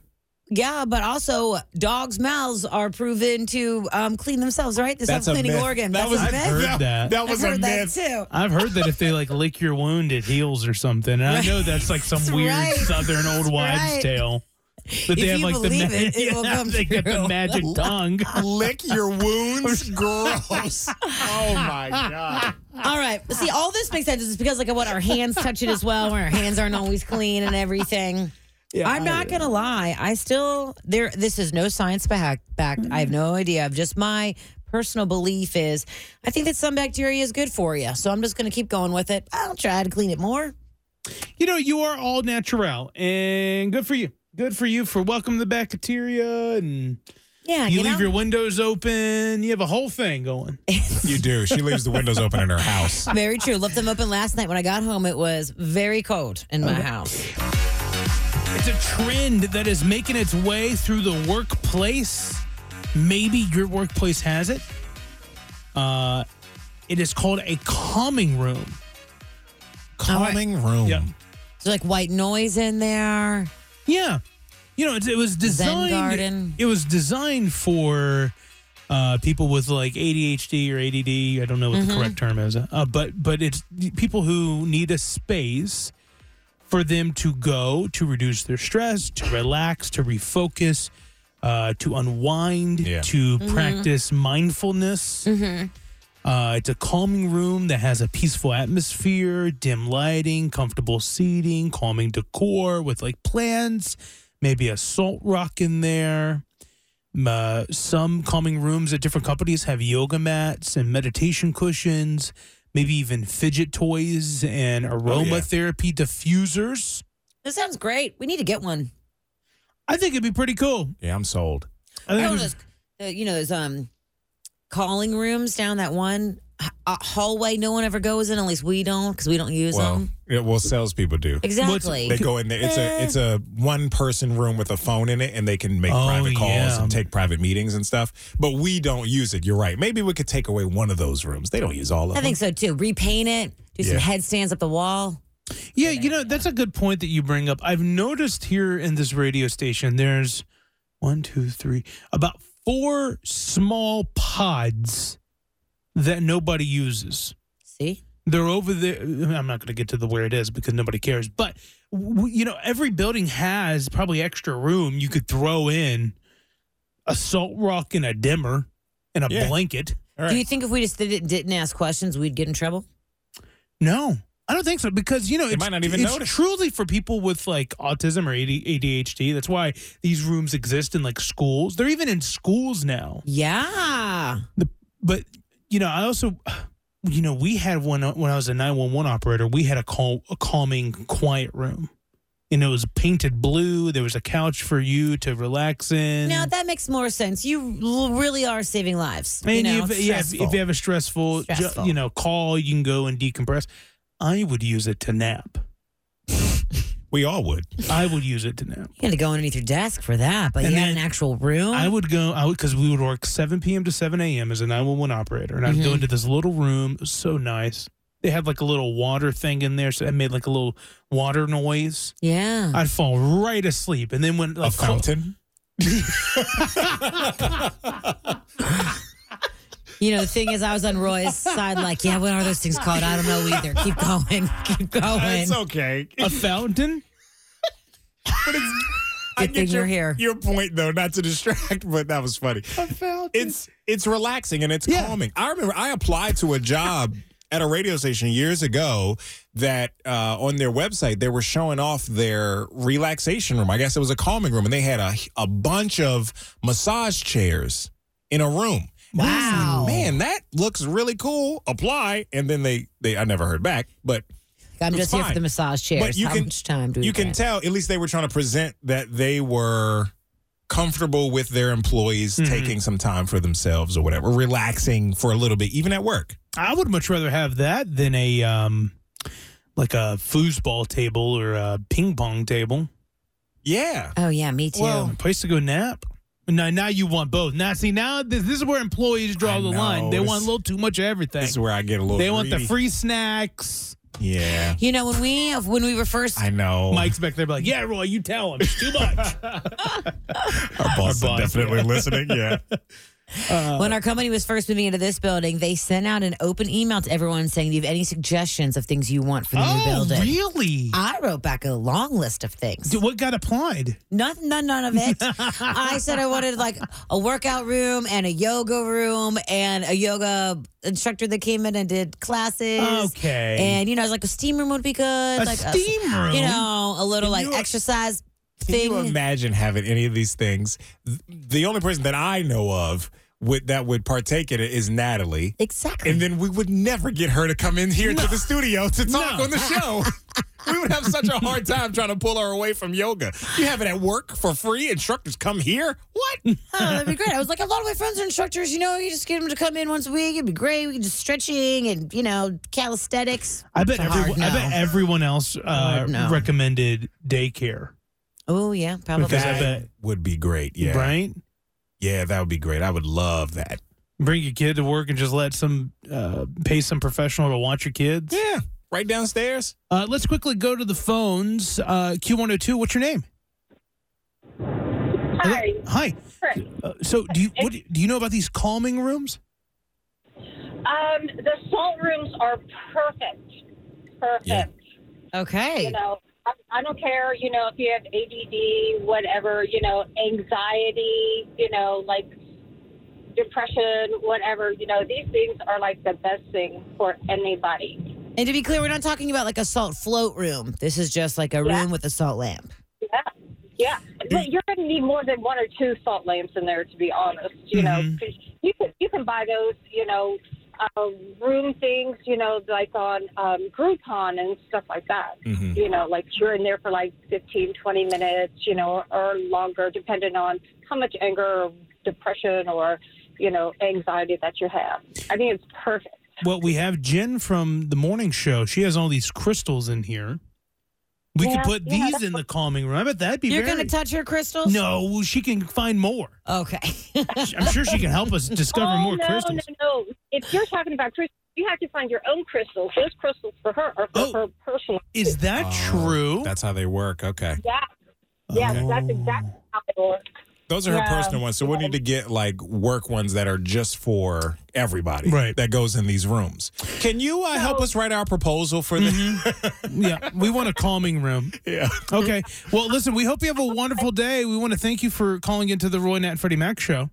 [SPEAKER 3] yeah, but also dogs' mouths are proven to um, clean themselves, right? This
[SPEAKER 4] That's a
[SPEAKER 3] self-cleaning
[SPEAKER 4] myth.
[SPEAKER 3] organ.
[SPEAKER 4] That
[SPEAKER 3] That's
[SPEAKER 4] was-
[SPEAKER 3] a
[SPEAKER 2] I've
[SPEAKER 3] myth.
[SPEAKER 2] heard
[SPEAKER 4] That,
[SPEAKER 2] that.
[SPEAKER 4] that was
[SPEAKER 3] I've heard
[SPEAKER 4] a
[SPEAKER 3] that
[SPEAKER 4] myth.
[SPEAKER 3] too.
[SPEAKER 2] I've heard that if they like lick your wound, it heals or something. And I know that's like some
[SPEAKER 3] That's
[SPEAKER 2] weird
[SPEAKER 3] right.
[SPEAKER 2] southern old wives'
[SPEAKER 3] right.
[SPEAKER 2] tale. That
[SPEAKER 3] If
[SPEAKER 2] they have
[SPEAKER 3] you
[SPEAKER 2] like the
[SPEAKER 3] believe it, it will
[SPEAKER 2] Yeah,
[SPEAKER 3] come
[SPEAKER 2] they got the
[SPEAKER 3] true.
[SPEAKER 2] magic tongue.
[SPEAKER 4] Lick your wounds, gross. Oh my god.
[SPEAKER 3] All right. But See, all this makes sense. It's because, like, what our hands touch it as well, where our hands aren't always clean and everything. I'm not gonna lie. I still there. This is no science back backed. I
[SPEAKER 4] Mm-hmm.
[SPEAKER 3] have no idea. I've just my personal belief is I think that some bacteria is good for you. So I'm just gonna keep going with it. I'll try to clean it more.
[SPEAKER 2] You know, you are all natural, and good for you. Good for you for welcome the bacteria, and
[SPEAKER 3] Yeah,
[SPEAKER 2] you,
[SPEAKER 3] you,
[SPEAKER 2] leave
[SPEAKER 3] know?
[SPEAKER 2] your windows open. You have a whole thing going.
[SPEAKER 4] You do. She leaves the windows open in her house.
[SPEAKER 3] very true. Left them open last night when I got home. It was very cold in my house.
[SPEAKER 2] It's a trend that is making its way through the workplace. Maybe your workplace has it. Uh, it is called a calming room.
[SPEAKER 4] Calming room.
[SPEAKER 2] Yeah.
[SPEAKER 3] There's like white noise in there.
[SPEAKER 2] Yeah. You know, it, it was designed.
[SPEAKER 3] garden.
[SPEAKER 2] It was designed for uh, people with like ADHD or ADD. I don't know what the correct term is, uh, but but it's people who need a space for them to go to reduce their stress, to relax, to refocus, uh, to unwind,
[SPEAKER 4] Yeah.
[SPEAKER 2] to practice mindfulness. Uh, it's a calming room that has a peaceful atmosphere, dim lighting, comfortable seating, calming decor with like plants, maybe a salt rock in there. M- Uh, some calming rooms at different companies have yoga mats and meditation cushions, maybe even fidget toys and aromatherapy diffusers.
[SPEAKER 3] This sounds great. We need to get one.
[SPEAKER 2] I think it'd be pretty cool.
[SPEAKER 4] Yeah, I'm sold.
[SPEAKER 2] I
[SPEAKER 3] I
[SPEAKER 2] think
[SPEAKER 3] know
[SPEAKER 2] it was-
[SPEAKER 3] those, uh, you know those um calling rooms down that one h- uh, hallway no one ever goes in. At least we don't because we don't use
[SPEAKER 4] Well,
[SPEAKER 3] them.
[SPEAKER 4] yeah, well, salespeople do.
[SPEAKER 3] Exactly.
[SPEAKER 4] They go in there. It's a it's a one person room with a phone in it, and they can make
[SPEAKER 2] Oh,
[SPEAKER 4] private calls
[SPEAKER 2] yeah.
[SPEAKER 4] and take private meetings and stuff. But we don't use it. You're right. Maybe we could take away one of those rooms. They don't use all of
[SPEAKER 3] I
[SPEAKER 4] them.
[SPEAKER 3] think so too. Repaint it. Do
[SPEAKER 4] Yeah.
[SPEAKER 3] some headstands up the wall.
[SPEAKER 2] yeah, you know, that's a good point that you bring up. I've noticed here in this radio station, there's one, two, three, about four small pods that nobody uses.
[SPEAKER 3] See,
[SPEAKER 2] they're over there. I'm not going to get to the where it is because nobody cares. But w- you know, every building has probably extra room you could throw in a salt rock and a dimmer and a
[SPEAKER 4] Yeah.
[SPEAKER 2] blanket.
[SPEAKER 4] All right.
[SPEAKER 3] do you think if we just did, didn't ask questions, we'd get in trouble?
[SPEAKER 2] No, I don't think so because you know it's,
[SPEAKER 4] might not even
[SPEAKER 2] it's
[SPEAKER 4] notice.
[SPEAKER 2] truly for people with like autism or AD- ADHD. That's why these rooms exist in like schools. They're even in schools now.
[SPEAKER 3] Yeah.
[SPEAKER 2] but you know, I also, you know, we had one when I was a nine one one operator. We had a call a calming, quiet room, and it was painted blue. There was a couch for you to relax in.
[SPEAKER 3] Now that makes more sense. You l- really are saving lives.
[SPEAKER 2] and
[SPEAKER 3] you know,
[SPEAKER 2] if, yeah, if, if you have a stressful, ju-
[SPEAKER 3] Stressful.
[SPEAKER 2] you know, call, you can go and decompress. I would use it to nap.
[SPEAKER 4] we all would.
[SPEAKER 2] I would use it to nap.
[SPEAKER 3] you had to go underneath your desk for that, but
[SPEAKER 2] And
[SPEAKER 3] you had
[SPEAKER 2] then-
[SPEAKER 3] an actual room.
[SPEAKER 2] I would go. I would because we
[SPEAKER 3] Mm-hmm.
[SPEAKER 2] would work seven p.m. to seven a.m. as a nine one one operator, and I'd go into this little room. It was so nice. They had like a little water thing in there, so it made like a little water noise.
[SPEAKER 3] Yeah.
[SPEAKER 2] I'd fall right asleep, and then when
[SPEAKER 4] A
[SPEAKER 2] like, co-
[SPEAKER 4] fountain?
[SPEAKER 3] You know, the thing is, I was on Roy's side, like, yeah, what are those things called? I don't know either. Keep going. Keep going.
[SPEAKER 4] It's okay.
[SPEAKER 2] a fountain.
[SPEAKER 3] Good
[SPEAKER 4] I
[SPEAKER 3] thing
[SPEAKER 4] get your,
[SPEAKER 3] you're here.
[SPEAKER 4] Your point, though, not to distract, but that was funny. It's it's relaxing and it's
[SPEAKER 2] Yeah.
[SPEAKER 4] calming. I remember I applied to a job at a radio station years ago that uh, on their website they were showing off their relaxation room. I guess it was a calming room, and they had a a bunch of massage chairs in a room. And I was like,
[SPEAKER 3] Wow.
[SPEAKER 4] man, that looks really cool. Apply, and then they they I never heard back, but.
[SPEAKER 3] I'm
[SPEAKER 4] it's
[SPEAKER 3] just here for
[SPEAKER 4] fine.
[SPEAKER 3] the massage chairs.
[SPEAKER 4] But you
[SPEAKER 3] How
[SPEAKER 4] can-
[SPEAKER 3] much time do we
[SPEAKER 4] you can
[SPEAKER 3] get?
[SPEAKER 4] tell at least they were trying to present that they were comfortable with their employees
[SPEAKER 2] Mm-hmm.
[SPEAKER 4] taking some time for themselves or whatever relaxing for a little bit even at work
[SPEAKER 2] I would much rather have that than a um, like a foosball table or a ping pong table.
[SPEAKER 4] yeah
[SPEAKER 3] oh, yeah, me too.
[SPEAKER 2] A place to go nap. Now, now you want both. Now, see, now this, this is where employees draw
[SPEAKER 4] I
[SPEAKER 2] the
[SPEAKER 4] know,
[SPEAKER 2] line. They
[SPEAKER 4] this-
[SPEAKER 2] want a little too much of everything.
[SPEAKER 4] this is where i get a little
[SPEAKER 2] They want the
[SPEAKER 4] greedy.
[SPEAKER 2] free snacks.
[SPEAKER 4] yeah
[SPEAKER 3] you know, when we when we were first,
[SPEAKER 4] i know
[SPEAKER 2] Mike's back there, be like, yeah, Roy, you tell him. It's too much.
[SPEAKER 4] our boss,
[SPEAKER 2] our boss,
[SPEAKER 4] is definitely listening yeah uh,
[SPEAKER 3] when our company was first moving into this building, they sent out an open email to everyone saying, "Do you have any suggestions of things you want for the
[SPEAKER 4] Oh,
[SPEAKER 3] new building?"
[SPEAKER 2] Oh, really?
[SPEAKER 3] I wrote back a long list of things.
[SPEAKER 2] Dude, what got applied?
[SPEAKER 3] Nothing, none, none of it. I said I wanted like a workout room and a yoga room and a yoga instructor that came in and did classes.
[SPEAKER 2] Okay.
[SPEAKER 3] And you know, I was like a steam room would be good.
[SPEAKER 2] A
[SPEAKER 3] like
[SPEAKER 2] steam room?
[SPEAKER 3] You know, a little like
[SPEAKER 4] you-
[SPEAKER 3] exercise
[SPEAKER 4] Can you
[SPEAKER 3] thing.
[SPEAKER 4] imagine having any of these things? Th- The only person that I know of would, that would partake in it is Natalie.
[SPEAKER 3] Exactly.
[SPEAKER 4] And then we would never get her to come in here to the studio to talk
[SPEAKER 2] No.
[SPEAKER 4] on the show. we would have such a hard time trying to pull her away from yoga. You have it at work for free. Instructors come here. What?
[SPEAKER 3] oh, that'd be great. I was like, a lot of my friends are instructors. You know, you just get them to come in once a week. It'd be great. We could do stretching and you know calisthenics.
[SPEAKER 2] I
[SPEAKER 3] It's
[SPEAKER 2] bet,
[SPEAKER 3] a
[SPEAKER 2] everyone,
[SPEAKER 3] hard
[SPEAKER 2] I bet
[SPEAKER 3] no.
[SPEAKER 2] everyone else uh,
[SPEAKER 3] Hard no.
[SPEAKER 2] recommended daycare,
[SPEAKER 3] Oh yeah, probably.
[SPEAKER 2] Because I bet-
[SPEAKER 4] would be great. Yeah.
[SPEAKER 2] right?
[SPEAKER 4] Yeah, that would be great. I would love that.
[SPEAKER 2] Bring your kid to work and just let some, uh, pay some professional to watch your kids.
[SPEAKER 4] Yeah. Right downstairs.
[SPEAKER 2] Uh, let's quickly go to the phones. Uh, Q102, what's your name?
[SPEAKER 6] Hi.
[SPEAKER 2] Hi.
[SPEAKER 6] Hi.
[SPEAKER 2] Uh, so, do you what do you know about these calming rooms?
[SPEAKER 6] Um, the salt rooms are perfect. Perfect.
[SPEAKER 4] Yeah.
[SPEAKER 6] You
[SPEAKER 3] okay.
[SPEAKER 6] know, I, I don't care, you know, if you have ADD, whatever, you know, anxiety, you know, like depression, whatever, you know, these things are like the best thing for anybody.
[SPEAKER 3] And to be clear, we're not talking about like a salt float room. This is just like a
[SPEAKER 6] Yeah.
[SPEAKER 3] room with a salt lamp.
[SPEAKER 6] Yeah. Yeah. But you're going to need more than one or two salt lamps in there, to be honest, you know, 'cause know, because you can, you can buy those, you know, uh, room things, you know, like on um, Groupon and stuff like that.
[SPEAKER 4] Mm-hmm.
[SPEAKER 6] you know, like you're in there for like 15, 20 minutes, you know, or longer, depending on how much anger or depression or, you know, anxiety that you have. I think it's perfect.
[SPEAKER 2] Well, we have Jen from the morning show. She has all these crystals in here. We
[SPEAKER 6] Yeah,
[SPEAKER 2] could put
[SPEAKER 6] yeah,
[SPEAKER 2] these
[SPEAKER 6] that's
[SPEAKER 2] in the calming room. I bet that'd be
[SPEAKER 3] You're
[SPEAKER 2] very.
[SPEAKER 3] gonna touch your crystals?
[SPEAKER 2] no, she can find more.
[SPEAKER 3] Okay.
[SPEAKER 2] I'm sure she can help us discover
[SPEAKER 6] oh,
[SPEAKER 2] more
[SPEAKER 6] no,
[SPEAKER 2] crystals.
[SPEAKER 6] no, no. If you're talking about crystals, you have to find your own crystals. Those crystals for her are for
[SPEAKER 2] Oh.
[SPEAKER 6] her personal.
[SPEAKER 2] Is that true?
[SPEAKER 4] Oh, That's how they work. Okay.
[SPEAKER 6] Yeah. Yeah,
[SPEAKER 2] Okay.
[SPEAKER 6] that's exactly how it works.
[SPEAKER 4] Those are her
[SPEAKER 6] Yeah.
[SPEAKER 4] personal ones. So we'll need to get like work ones that are just for everybody
[SPEAKER 2] Right.
[SPEAKER 4] that goes in these rooms. Can you uh, help us write our proposal for the
[SPEAKER 2] Mm-hmm. yeah, we want a calming room.
[SPEAKER 4] Yeah.
[SPEAKER 2] Okay. Well, listen, we hope you have a wonderful day. We want to thank you for calling into the Roy Nat and Freddie Mac show.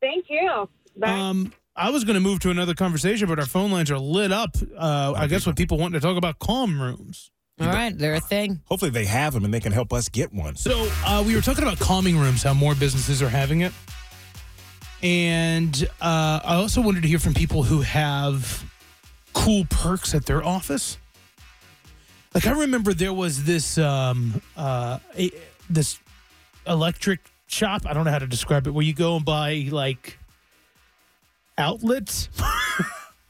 [SPEAKER 6] Thank you. Bye.
[SPEAKER 2] Um, I was going to move to another conversation, but our phone lines are lit up. Uh, I guess with people wanting to talk about calm rooms.
[SPEAKER 3] All right, they're a thing.
[SPEAKER 4] Hopefully they have them and they can help us get one.
[SPEAKER 2] So uh, we were talking about calming rooms, how more businesses are having it, and uh, I also wanted to hear from people who have cool perks at their office. Like I remember there was this um, uh, a, this electric shop. I don't know how to describe it. Where you go and buy like outlets.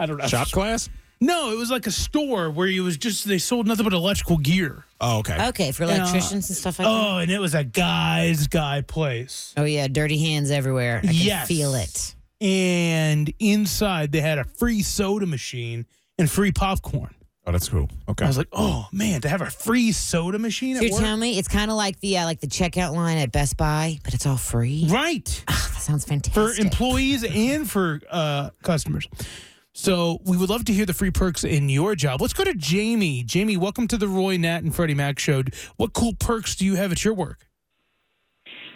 [SPEAKER 2] I don't know.
[SPEAKER 4] Shop class?
[SPEAKER 2] No, it was like a store where you was just they sold nothing but electrical gear.
[SPEAKER 4] Oh, okay.
[SPEAKER 3] Okay, for
[SPEAKER 2] Yeah.
[SPEAKER 3] electricians and stuff like that.
[SPEAKER 2] Oh, and it was a guy's guy place.
[SPEAKER 3] Oh yeah, dirty hands everywhere. I can
[SPEAKER 2] Yes.
[SPEAKER 3] feel it.
[SPEAKER 2] and inside they had a free soda machine and free popcorn.
[SPEAKER 4] Oh, that's cool. Okay.
[SPEAKER 2] I was like, oh man, to have a free soda machine
[SPEAKER 3] So
[SPEAKER 2] at
[SPEAKER 3] you're
[SPEAKER 2] work.
[SPEAKER 3] telling me it's kind of like the uh, like the checkout line at Best Buy, but it's all free.
[SPEAKER 2] Right.
[SPEAKER 3] Ah, that sounds
[SPEAKER 2] for
[SPEAKER 3] fantastic.
[SPEAKER 2] employees and for uh, customers. So we would love to hear the free perks in your job. Let's go to Jamie. Jamie, welcome to the Roy Nat and Freddie Mac show. What cool perks do you have at your work?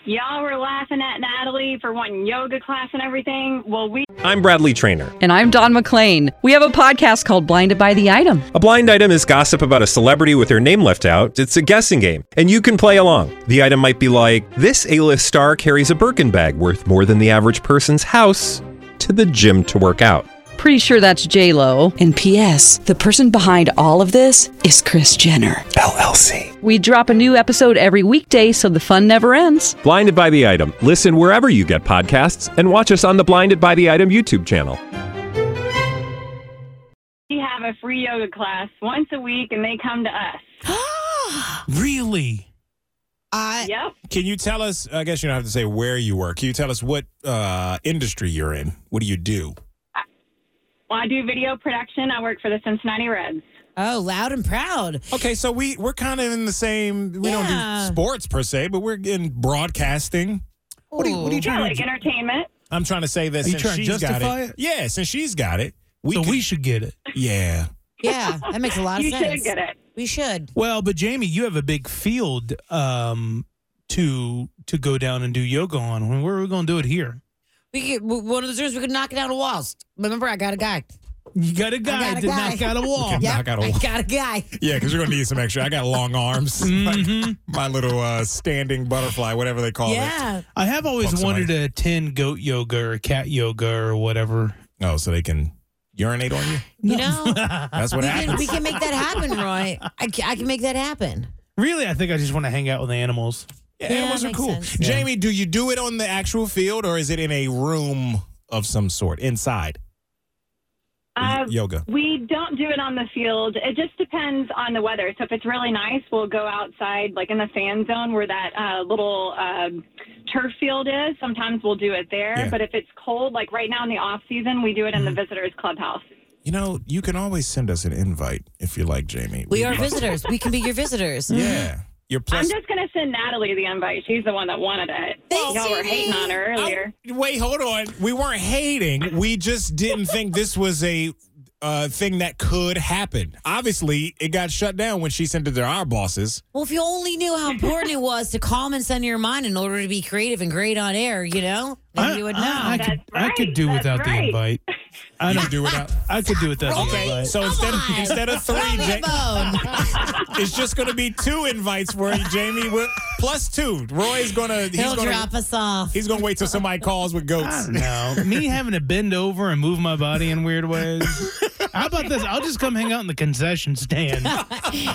[SPEAKER 7] Y'all were laughing at Natalie for wanting yoga class and everything. Well, we
[SPEAKER 8] I'm Bradley Trainer.
[SPEAKER 9] And I'm Don McClain. We have a podcast called Blinded by the Item.
[SPEAKER 8] A blind item is gossip about a celebrity with their name left out. It's a guessing game, and you can play along. The item might be like this: A-list star carries a Birkin bag worth more than the average person's house to the gym to work out.
[SPEAKER 9] Pretty sure that's J Lo. And P.S. The person behind all of this is Chris Jenner LLC. We drop a new episode every weekday, so the fun never ends.
[SPEAKER 8] Blinded by the item. Listen wherever you get podcasts, and watch us on the Blinded by the Item YouTube channel.
[SPEAKER 7] we have a free yoga class once a week, and they come to us.
[SPEAKER 2] Really?
[SPEAKER 3] I
[SPEAKER 7] Yep.
[SPEAKER 4] Can you tell us? I guess you don't have to say where you work. Can you tell us what uh, industry you're in? What do you do?
[SPEAKER 7] Well, I do video production. I work for the Cincinnati Reds.
[SPEAKER 3] oh, loud and proud.
[SPEAKER 4] Okay, so we we're kind of in the same. We don't
[SPEAKER 3] Yeah.
[SPEAKER 4] do sports per se, but we're in broadcasting. What are you, what are you
[SPEAKER 7] Yeah,
[SPEAKER 4] trying
[SPEAKER 7] like
[SPEAKER 4] to?
[SPEAKER 7] entertainment.
[SPEAKER 4] I'm trying to say this.
[SPEAKER 2] Are you
[SPEAKER 4] since
[SPEAKER 2] trying to
[SPEAKER 4] she's got
[SPEAKER 2] justify
[SPEAKER 4] it,
[SPEAKER 2] it?
[SPEAKER 4] Yeah, since she's got it, we
[SPEAKER 2] so
[SPEAKER 4] could-
[SPEAKER 2] we should get it.
[SPEAKER 4] yeah.
[SPEAKER 3] Yeah, that makes a lot of
[SPEAKER 7] You
[SPEAKER 3] sense.
[SPEAKER 7] should get it.
[SPEAKER 3] We should.
[SPEAKER 2] Well, but Jamie, you have a big field um, to to go down and do yoga on. Where are we going to do it here?
[SPEAKER 3] We could, w- one of those rooms we could knock it down the walls. Remember, I got a guy.
[SPEAKER 2] You got a guy
[SPEAKER 3] got a
[SPEAKER 2] to
[SPEAKER 3] guy.
[SPEAKER 2] knock out a wall.
[SPEAKER 4] Okay. Knock out a
[SPEAKER 3] I
[SPEAKER 4] wall.
[SPEAKER 3] got a guy.
[SPEAKER 4] Yeah, because you're gonna need some extra. I got long arms.
[SPEAKER 2] Mhm.
[SPEAKER 4] My little uh, standing butterfly, whatever they call it.
[SPEAKER 3] yeah.
[SPEAKER 2] I have always
[SPEAKER 4] Fuck somebody.
[SPEAKER 2] wanted to attend goat yoga or cat yoga or whatever.
[SPEAKER 4] Oh, so they can urinate on you.
[SPEAKER 3] You know,
[SPEAKER 4] That's what
[SPEAKER 3] we, can,
[SPEAKER 4] happens.
[SPEAKER 3] we can make that happen, Roy. I, ca- I can make that happen.
[SPEAKER 2] Really, I think I just want to hang out with animals.
[SPEAKER 4] Yeah,
[SPEAKER 3] Yeah,
[SPEAKER 4] animals are
[SPEAKER 3] makes
[SPEAKER 4] cool.
[SPEAKER 3] sense.
[SPEAKER 2] Yeah.
[SPEAKER 4] Jamie, do you do it on the actual field or is it in a room of some sort inside?
[SPEAKER 7] Uh,
[SPEAKER 4] Yoga.
[SPEAKER 7] We don't do it on the field. It just depends on the weather. So if it's really nice, we'll go outside, like in the fan zone where that uh, little um turf field is. Sometimes we'll do it there.
[SPEAKER 4] Yeah. Mm-hmm.
[SPEAKER 7] But if it's cold, like right now in the off season, we do it in the visitors clubhouse.
[SPEAKER 4] You know, you can always send us an invite if you like, Jamie.
[SPEAKER 3] We are visitors. We can be your visitors.
[SPEAKER 4] Yeah. You're
[SPEAKER 7] Mm-hmm. I'm
[SPEAKER 4] plus.
[SPEAKER 7] just gonna send Natalie the invite. She's the one that wanted it.
[SPEAKER 3] Thanks,
[SPEAKER 7] Y'all were hating
[SPEAKER 3] Jamie.
[SPEAKER 7] on her earlier.
[SPEAKER 4] Oh, Wait, hold on. We weren't hating. We just didn't think this was a uh, thing that could happen. Obviously, it got shut down when she sent it to our bosses.
[SPEAKER 3] Well, if you only knew how important it was to calm and center your mind in order to be creative and great on air, you know, then you would know.
[SPEAKER 2] I, I could,
[SPEAKER 7] That's
[SPEAKER 2] I could do
[SPEAKER 7] right,
[SPEAKER 2] without
[SPEAKER 7] that's
[SPEAKER 2] the
[SPEAKER 7] right.
[SPEAKER 2] invite. I
[SPEAKER 4] You
[SPEAKER 2] don't,
[SPEAKER 4] can do without.
[SPEAKER 2] I could do without the invite.
[SPEAKER 4] So instead,
[SPEAKER 3] Come on.
[SPEAKER 4] instead of three,
[SPEAKER 3] Throw me a
[SPEAKER 4] Ja-
[SPEAKER 3] bone.
[SPEAKER 4] it's just going to be two invites for you, Jamie. We're, plus two. Roy's going to.
[SPEAKER 3] He'll drop us off.
[SPEAKER 4] He's gonna wait till somebody calls with
[SPEAKER 2] I
[SPEAKER 4] goats.
[SPEAKER 2] don't know. Me having to bend over and move my body in weird ways. How about this? I'll just come hang out in the concession stand.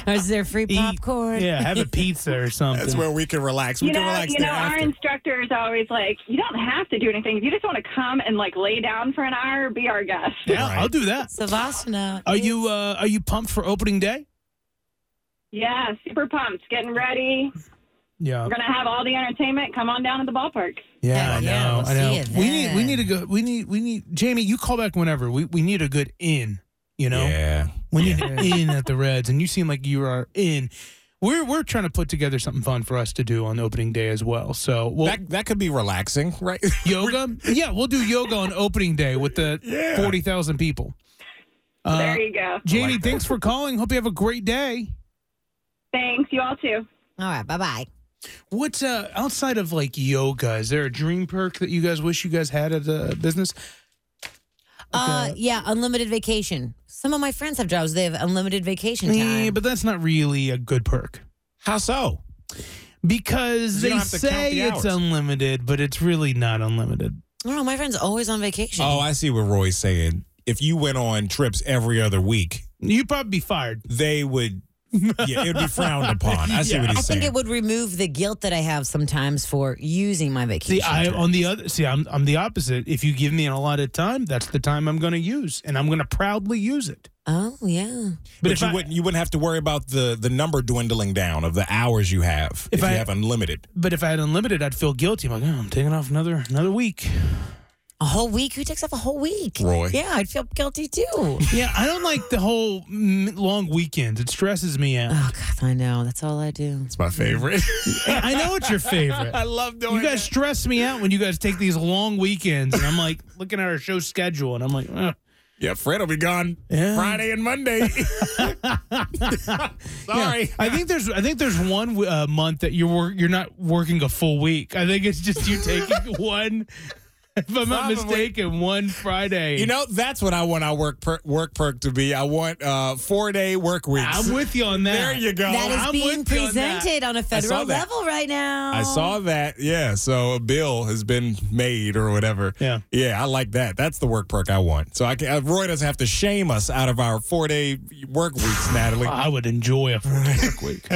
[SPEAKER 3] Or is there free
[SPEAKER 2] eat-
[SPEAKER 3] popcorn?
[SPEAKER 2] yeah, have a pizza or something.
[SPEAKER 4] That's where we can relax. We
[SPEAKER 7] You
[SPEAKER 4] can
[SPEAKER 7] know,
[SPEAKER 4] relax
[SPEAKER 7] you know,
[SPEAKER 4] there
[SPEAKER 7] our
[SPEAKER 4] after.
[SPEAKER 7] instructor is always like, "You don't have to do anything. If you just want to come and like lay down for an hour, be our guest."
[SPEAKER 2] yeah,
[SPEAKER 4] Right.
[SPEAKER 2] I'll do that.
[SPEAKER 3] Savasana.
[SPEAKER 2] Are you uh, are you pumped for opening day?
[SPEAKER 7] Yeah, super pumped. Getting ready.
[SPEAKER 2] Yeah.
[SPEAKER 7] We're gonna have all the entertainment. Come on down to the ballpark.
[SPEAKER 2] Yeah, I
[SPEAKER 3] Heck
[SPEAKER 2] know.
[SPEAKER 3] yeah, we'll
[SPEAKER 2] I
[SPEAKER 3] see
[SPEAKER 2] know.
[SPEAKER 3] you
[SPEAKER 2] We need we
[SPEAKER 3] then.
[SPEAKER 2] need to go we need we need Jamie, you call back whenever. We we need a good in, you know?
[SPEAKER 4] Yeah.
[SPEAKER 2] We need an in at the Reds, and you seem like you are in. We're we're trying to put together something fun for us to do on opening day as well. So we'll
[SPEAKER 4] That that could be relaxing, right?
[SPEAKER 2] yoga. yeah, we'll do yoga on opening day with the
[SPEAKER 4] Yeah.
[SPEAKER 2] forty thousand people. Uh,
[SPEAKER 7] there you go.
[SPEAKER 2] Jamie,
[SPEAKER 4] like that.
[SPEAKER 2] thanks for calling. Hope you have a great day.
[SPEAKER 7] Thanks. You all too.
[SPEAKER 3] All right, bye bye.
[SPEAKER 2] What's uh, outside of like yoga? Is there a dream perk that you guys wish you guys had at the business?
[SPEAKER 3] Uh, yeah, unlimited vacation. Some of my friends have jobs; they have unlimited vacation
[SPEAKER 4] Mm.
[SPEAKER 3] time.
[SPEAKER 2] Eh, but that's not really a good perk.
[SPEAKER 4] How so?
[SPEAKER 2] Because
[SPEAKER 4] You
[SPEAKER 2] they
[SPEAKER 4] don't have to count
[SPEAKER 2] say
[SPEAKER 4] the
[SPEAKER 2] it's
[SPEAKER 4] hours.
[SPEAKER 2] unlimited, but it's really not unlimited.
[SPEAKER 3] no, my friend's always on vacation.
[SPEAKER 4] Oh, I see what Roy's saying. If you went on trips every other week,
[SPEAKER 2] You'd probably be fired.
[SPEAKER 4] they would. Yeah, it would be frowned upon. I see what he's
[SPEAKER 3] I
[SPEAKER 4] saying.
[SPEAKER 3] think it would remove the guilt that I have sometimes for using my vacation.
[SPEAKER 2] See, I
[SPEAKER 3] time.
[SPEAKER 2] on the other see, I'm I'm the opposite. If you give me an allotted time, that's the time I'm going to use, and I'm going to proudly use it.
[SPEAKER 3] oh yeah.
[SPEAKER 4] but
[SPEAKER 2] if
[SPEAKER 4] you
[SPEAKER 2] I-
[SPEAKER 4] wouldn't. You wouldn't have to worry about the the number dwindling down of the hours you have if,
[SPEAKER 2] If I-
[SPEAKER 4] you have unlimited.
[SPEAKER 2] But if I had unlimited, I'd feel guilty. I'm like, oh, I'm taking off another another week.
[SPEAKER 3] A whole week? Who takes off a whole week?
[SPEAKER 4] Roy.
[SPEAKER 3] Yeah, I'd feel guilty too. oh,
[SPEAKER 2] Yeah, I don't like the whole mm, long weekends. It stresses me out.
[SPEAKER 3] Oh, God, I know. That's all I do.
[SPEAKER 4] It's my favorite.
[SPEAKER 2] I know it's your favorite.
[SPEAKER 4] I love doing
[SPEAKER 2] You guys stress me out when you guys take these long weekends, and I'm like looking at our show schedule, and I'm like, "Ugh."
[SPEAKER 4] that. Yeah, Fred will be gone
[SPEAKER 2] Yeah.
[SPEAKER 4] Friday and Monday. Sorry.
[SPEAKER 2] I think there's I think there's one uh, month that you're wor- you're not working a full week. I think it's just you taking one, if I'm not
[SPEAKER 4] Probably.
[SPEAKER 2] mistaken, one Friday.
[SPEAKER 4] You know, that's what I want our work per- work perk to be. I want uh, four day work weeks.
[SPEAKER 2] I'm with you on that.
[SPEAKER 4] there you go.
[SPEAKER 3] that is
[SPEAKER 2] I'm
[SPEAKER 3] being
[SPEAKER 2] with you on that.
[SPEAKER 3] presented on, a federal
[SPEAKER 4] that.
[SPEAKER 3] level right now.
[SPEAKER 4] I saw that. Yeah. So a bill has been made or whatever.
[SPEAKER 2] Yeah.
[SPEAKER 4] Yeah. I like that. That's the work perk I want. So I can, uh, Roy doesn't have to shame us out of our four day work weeks, Natalie.
[SPEAKER 2] I would enjoy a four day work week.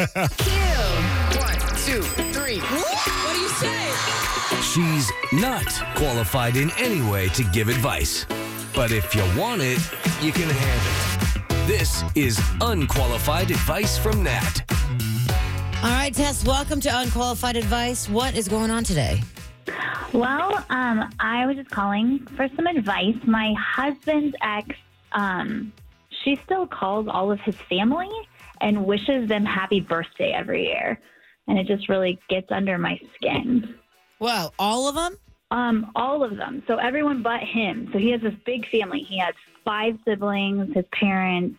[SPEAKER 1] She's not qualified in any way to give advice. But if you want it, you can have it. This is unqualified advice from Nat.
[SPEAKER 3] All right, Tess, welcome to Unqualified Advice. What is going on today?
[SPEAKER 10] Well, um, I was just calling for some advice. My husband's ex, um, she still calls all of his family and wishes them happy birthday every year. And it just really gets under my skin.
[SPEAKER 3] Well, all of them?
[SPEAKER 10] Um, all of them. So everyone but him. So he has this big family. He has five siblings, his parents,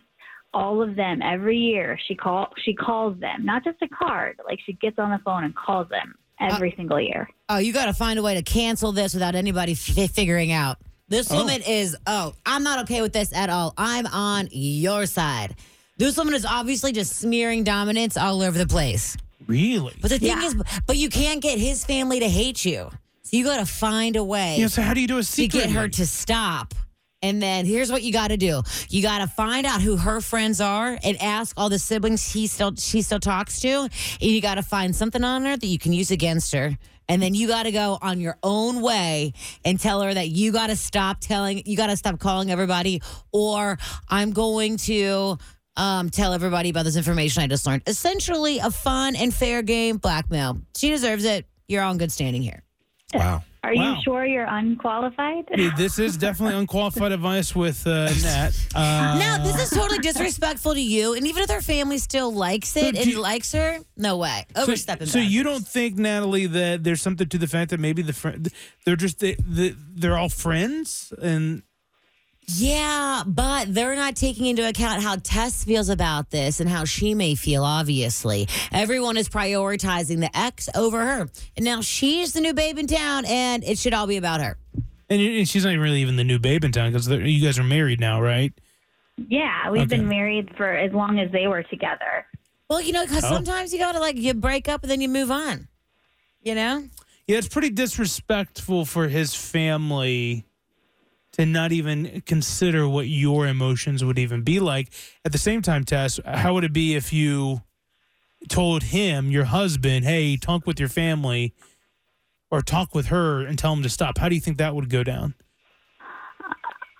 [SPEAKER 10] all of them. Every year she call she calls them, not just a card. Like she gets on the phone and calls them every single year.
[SPEAKER 3] Oh, you got to find a way to cancel this without anybody f- figuring out. This woman is, oh, I'm not okay with this at all. I'm on your side. This woman is obviously just smearing dominance all over the place.
[SPEAKER 2] really?
[SPEAKER 3] But the thing
[SPEAKER 10] Yeah.
[SPEAKER 3] is, but you can't get his family to hate you. So you got to find a way
[SPEAKER 2] Yeah. So how do you do a
[SPEAKER 3] to
[SPEAKER 2] secret?
[SPEAKER 3] get her to stop. And then here's what you got to do: you got to find out who her friends are and ask all the siblings he still she still talks to. And you got to find something on her that you can use against her. And then you got to go on your own way and tell her that you got to stop telling, you got to stop calling everybody, or I'm going to um, tell everybody about this information I just learned. Essentially, a fun and fair game blackmail. She deserves it. You're all in good standing here.
[SPEAKER 4] wow.
[SPEAKER 10] Are
[SPEAKER 2] Wow.
[SPEAKER 10] you sure you're unqualified?
[SPEAKER 2] Yeah, this is definitely unqualified advice with uh, Nat. Uh,
[SPEAKER 3] No, this is totally disrespectful to you. And even if her family still likes it
[SPEAKER 2] do
[SPEAKER 3] and
[SPEAKER 2] you-
[SPEAKER 3] likes her, no way. Overstepping.
[SPEAKER 2] So, so you
[SPEAKER 3] boundaries.
[SPEAKER 2] don't think, Natalie, that there's something to the fact that maybe the friend they're just they, they, they're all friends and
[SPEAKER 3] Yeah, but they're not taking into account how Tess feels about this and how she may feel, obviously. Everyone is prioritizing the ex over her. And now she's the new babe in town, and it should all be about her.
[SPEAKER 2] and, you- and she's not really even the new babe in town because you guys are married now, right?
[SPEAKER 10] Yeah, we've
[SPEAKER 2] Okay.
[SPEAKER 10] been married for as long as they were together.
[SPEAKER 3] Well, you know, because
[SPEAKER 2] Oh.
[SPEAKER 3] sometimes you gotta like, you break up and then you move on. You know?
[SPEAKER 2] Yeah, it's pretty disrespectful for his family to not even consider what your emotions would even be like. At the same time, Tess, how would it be if you told him, your husband, hey, talk with your family or talk with her and tell him to stop? How do you think that would go down?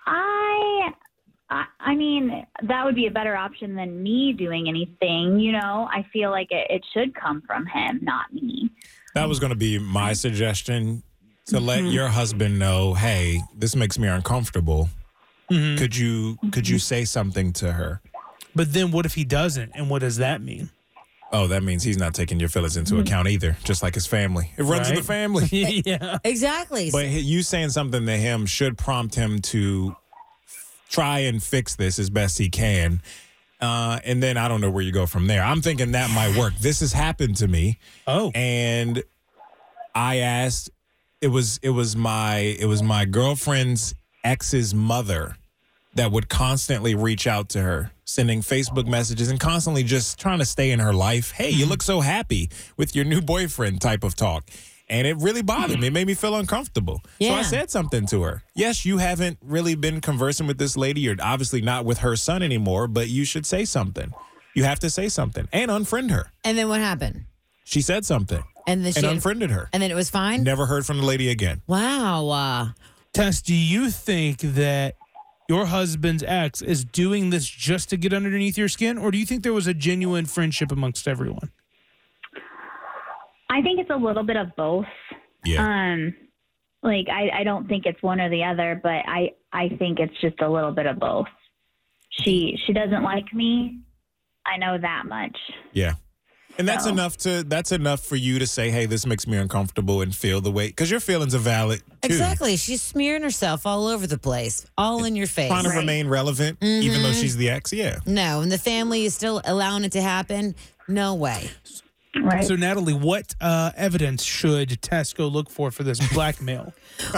[SPEAKER 10] I, I, I mean, that would be a better option than me doing anything. You know, I feel like it, it should come from him, not me.
[SPEAKER 4] That was going to be my suggestion to let your husband know, hey, this makes me uncomfortable.
[SPEAKER 2] Mm-hmm.
[SPEAKER 4] Could you could you say something to her?
[SPEAKER 2] But then what if he doesn't? And what does that mean?
[SPEAKER 4] Oh, that means he's not taking your feelings into account either, just like his family. It runs in the
[SPEAKER 2] Right.
[SPEAKER 4] family.
[SPEAKER 2] yeah.
[SPEAKER 3] Exactly.
[SPEAKER 4] But h- you saying something to him should prompt him to try and fix this as best he can. Uh, and then I don't know where you go from there. I'm thinking that might work. This has happened to me,
[SPEAKER 2] Oh.
[SPEAKER 4] and I asked. It was it was my it was my girlfriend's ex's mother that would constantly reach out to her, sending Facebook messages and constantly just trying to stay in her life. Hey, you look so happy with your new boyfriend type of talk. And it really bothered me. It made me feel uncomfortable. So I
[SPEAKER 3] Yeah.
[SPEAKER 4] said something to her. Yes, you haven't really been conversing with this lady. You're obviously not with her son anymore, but you should say something. You have to say something and unfriend her.
[SPEAKER 3] and then what happened?
[SPEAKER 4] She said something
[SPEAKER 3] And then she
[SPEAKER 4] and
[SPEAKER 3] had-
[SPEAKER 4] unfriended her.
[SPEAKER 3] and then it was fine?
[SPEAKER 4] Never heard from the lady again.
[SPEAKER 3] Wow. Uh,
[SPEAKER 2] Tess, do you think that your husband's ex is doing this just to get underneath your skin, or do you think there was a genuine friendship amongst everyone?
[SPEAKER 10] I think it's a little bit of both.
[SPEAKER 4] Yeah.
[SPEAKER 10] Um, Like I, I don't think it's one or the other, but I, I think it's just a little bit of both. She she doesn't like me. I know that much.
[SPEAKER 4] Yeah. And that's
[SPEAKER 10] So-
[SPEAKER 4] enough to that's enough for you to say, "Hey, this makes me uncomfortable," and feel the way because your feelings are valid too.
[SPEAKER 3] Exactly. She's smearing herself all over the place, all in your face.
[SPEAKER 4] Trying to remain relevant, even
[SPEAKER 3] Mm-hmm.
[SPEAKER 4] though she's the ex. Yeah.
[SPEAKER 3] No, and the family is still allowing it to happen. No way.
[SPEAKER 10] Right.
[SPEAKER 2] So, Natalie, what uh, evidence should Tesco look for for this blackmail?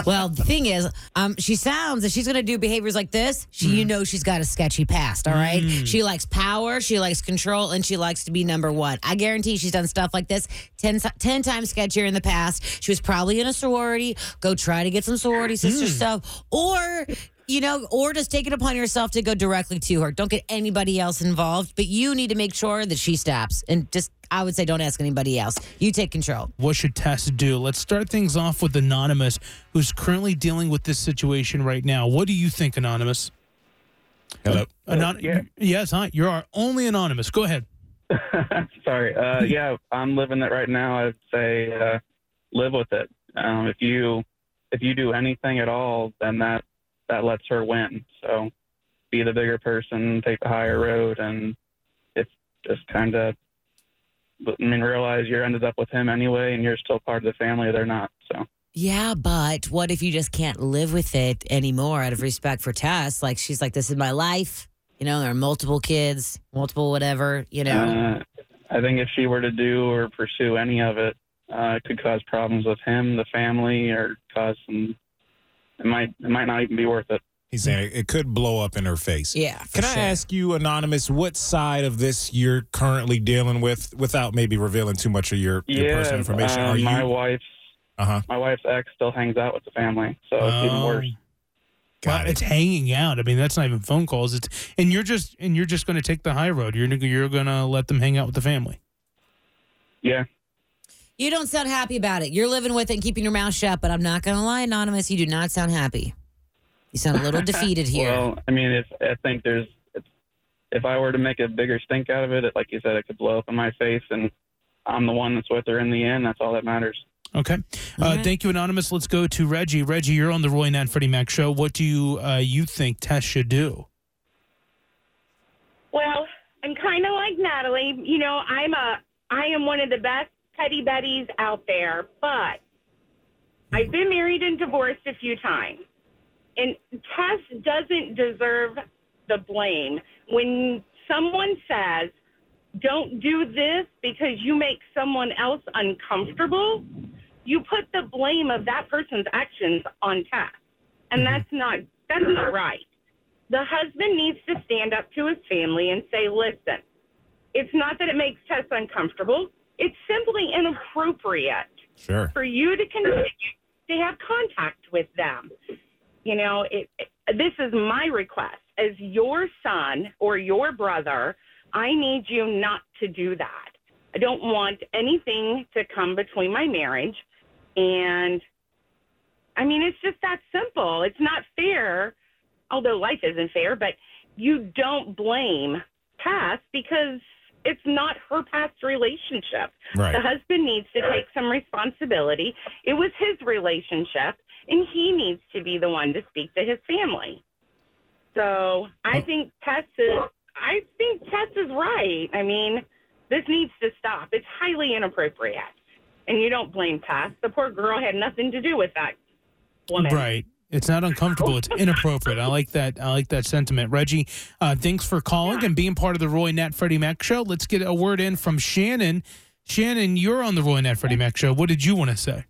[SPEAKER 3] Well, the thing is, um, she sounds if she's going to do behaviors like this, she, you know she's got a sketchy past, all right? She likes power, she likes control, and she likes to be number one. I guarantee she's done stuff like this 10, si- 10 times sketchier in the past. She was probably in a sorority. Go try to get some sorority sister stuff. Or. You know, or just take it upon yourself to go directly to her. Don't get anybody else involved, but you need to make sure that she stops. And just, I would say, don't ask anybody else. You take control.
[SPEAKER 2] What should Tess do? Let's start things off with Anonymous, who's currently dealing with this situation right now. What do you think, Anonymous?
[SPEAKER 4] Hello.
[SPEAKER 2] Anon- Yes, hi. You're our only Anonymous. Go ahead.
[SPEAKER 11] Sorry. Uh, yeah, I'm living it right now. I'd say uh, live with it. Um, if you if you do anything at all, then that that lets her win. So be the bigger person, take the higher road, and it's just kind of. I mean, realize you're ended up with him anyway, and you're still part of the family. They're not. So
[SPEAKER 3] Yeah, but what if you just can't live with it anymore out of respect for Tess? Like she's like, This is my life. You know, there are multiple kids, multiple whatever, you know.
[SPEAKER 11] uh, I think if she were to do or pursue any of it, uh, it could cause problems with him, the family, or cause some. It might it might not even be worth it.
[SPEAKER 4] He's saying it could blow up in her face.
[SPEAKER 3] yeah. for
[SPEAKER 4] Can I
[SPEAKER 3] sure.
[SPEAKER 4] ask you, Anonymous, what side of this you're currently dealing with without maybe revealing too much of your, your personal information?
[SPEAKER 11] uh,
[SPEAKER 4] Are
[SPEAKER 11] my
[SPEAKER 4] you?
[SPEAKER 11] wife's
[SPEAKER 4] Uh huh.
[SPEAKER 11] my wife's ex still hangs out with the family, so it's even
[SPEAKER 4] Oh.
[SPEAKER 11] worse.
[SPEAKER 2] Wow,
[SPEAKER 4] Got
[SPEAKER 2] it's
[SPEAKER 4] it.
[SPEAKER 2] hanging out. I mean, that's not even phone calls. It's and you're just and you're just going to take the high road. You're you're going to let them hang out with the family.
[SPEAKER 11] Yeah,
[SPEAKER 3] You don't sound happy about it. You're living with it and keeping your mouth shut, but I'm not gonna lie, Anonymous, you do not sound happy. You sound a little defeated here.
[SPEAKER 11] Well, I mean, if I think there's, it's, if I were to make a bigger stink out of it, it, like you said, it could blow up in my face, and I'm the one that's with her in the end. That's all that matters.
[SPEAKER 2] Okay. Uh,
[SPEAKER 3] All right.
[SPEAKER 2] Thank you, Anonymous. Let's go to Reggie. Reggie, you're on the Roy and Freddie Mac show. What do you uh, you think Tess should do?
[SPEAKER 5] Well, I'm kind of like Natalie. You know, I'm a I am one of the best petty betties out there, but I've been married and divorced a few times. And Tess doesn't deserve the blame. When someone says, "Don't do this because you make someone else uncomfortable," you put the blame of that person's actions on Tess. And that's not that's not right the husband needs to stand up to his family and say, listen, it's not that it makes Tess uncomfortable. It's simply inappropriate
[SPEAKER 4] Sure.
[SPEAKER 5] for you to continue to have contact with them. You know, it, it- this is my request. As your son or your brother, I need you not to do that. I don't want anything to come between my marriage. And I mean, it's just that simple. It's not fair, although life isn't fair, but you don't blame Tess because it's not her past relationship. The
[SPEAKER 4] Right.
[SPEAKER 5] husband needs to take some responsibility. It was his relationship, and he needs to be the one to speak to his family. So I think Tess is. I think Tess is right. I mean, this needs to stop. It's highly inappropriate, and you don't blame Tess. The poor girl had nothing to do with that woman.
[SPEAKER 2] Right. It's not uncomfortable. It's inappropriate. I like that. I like that sentiment. Reggie, uh, thanks for calling and being part of the Roy Nat Freddie Mac show. Let's get a word in from Shannon. Shannon, you're on the Roy Nat Freddie Mac show. What did you want to say?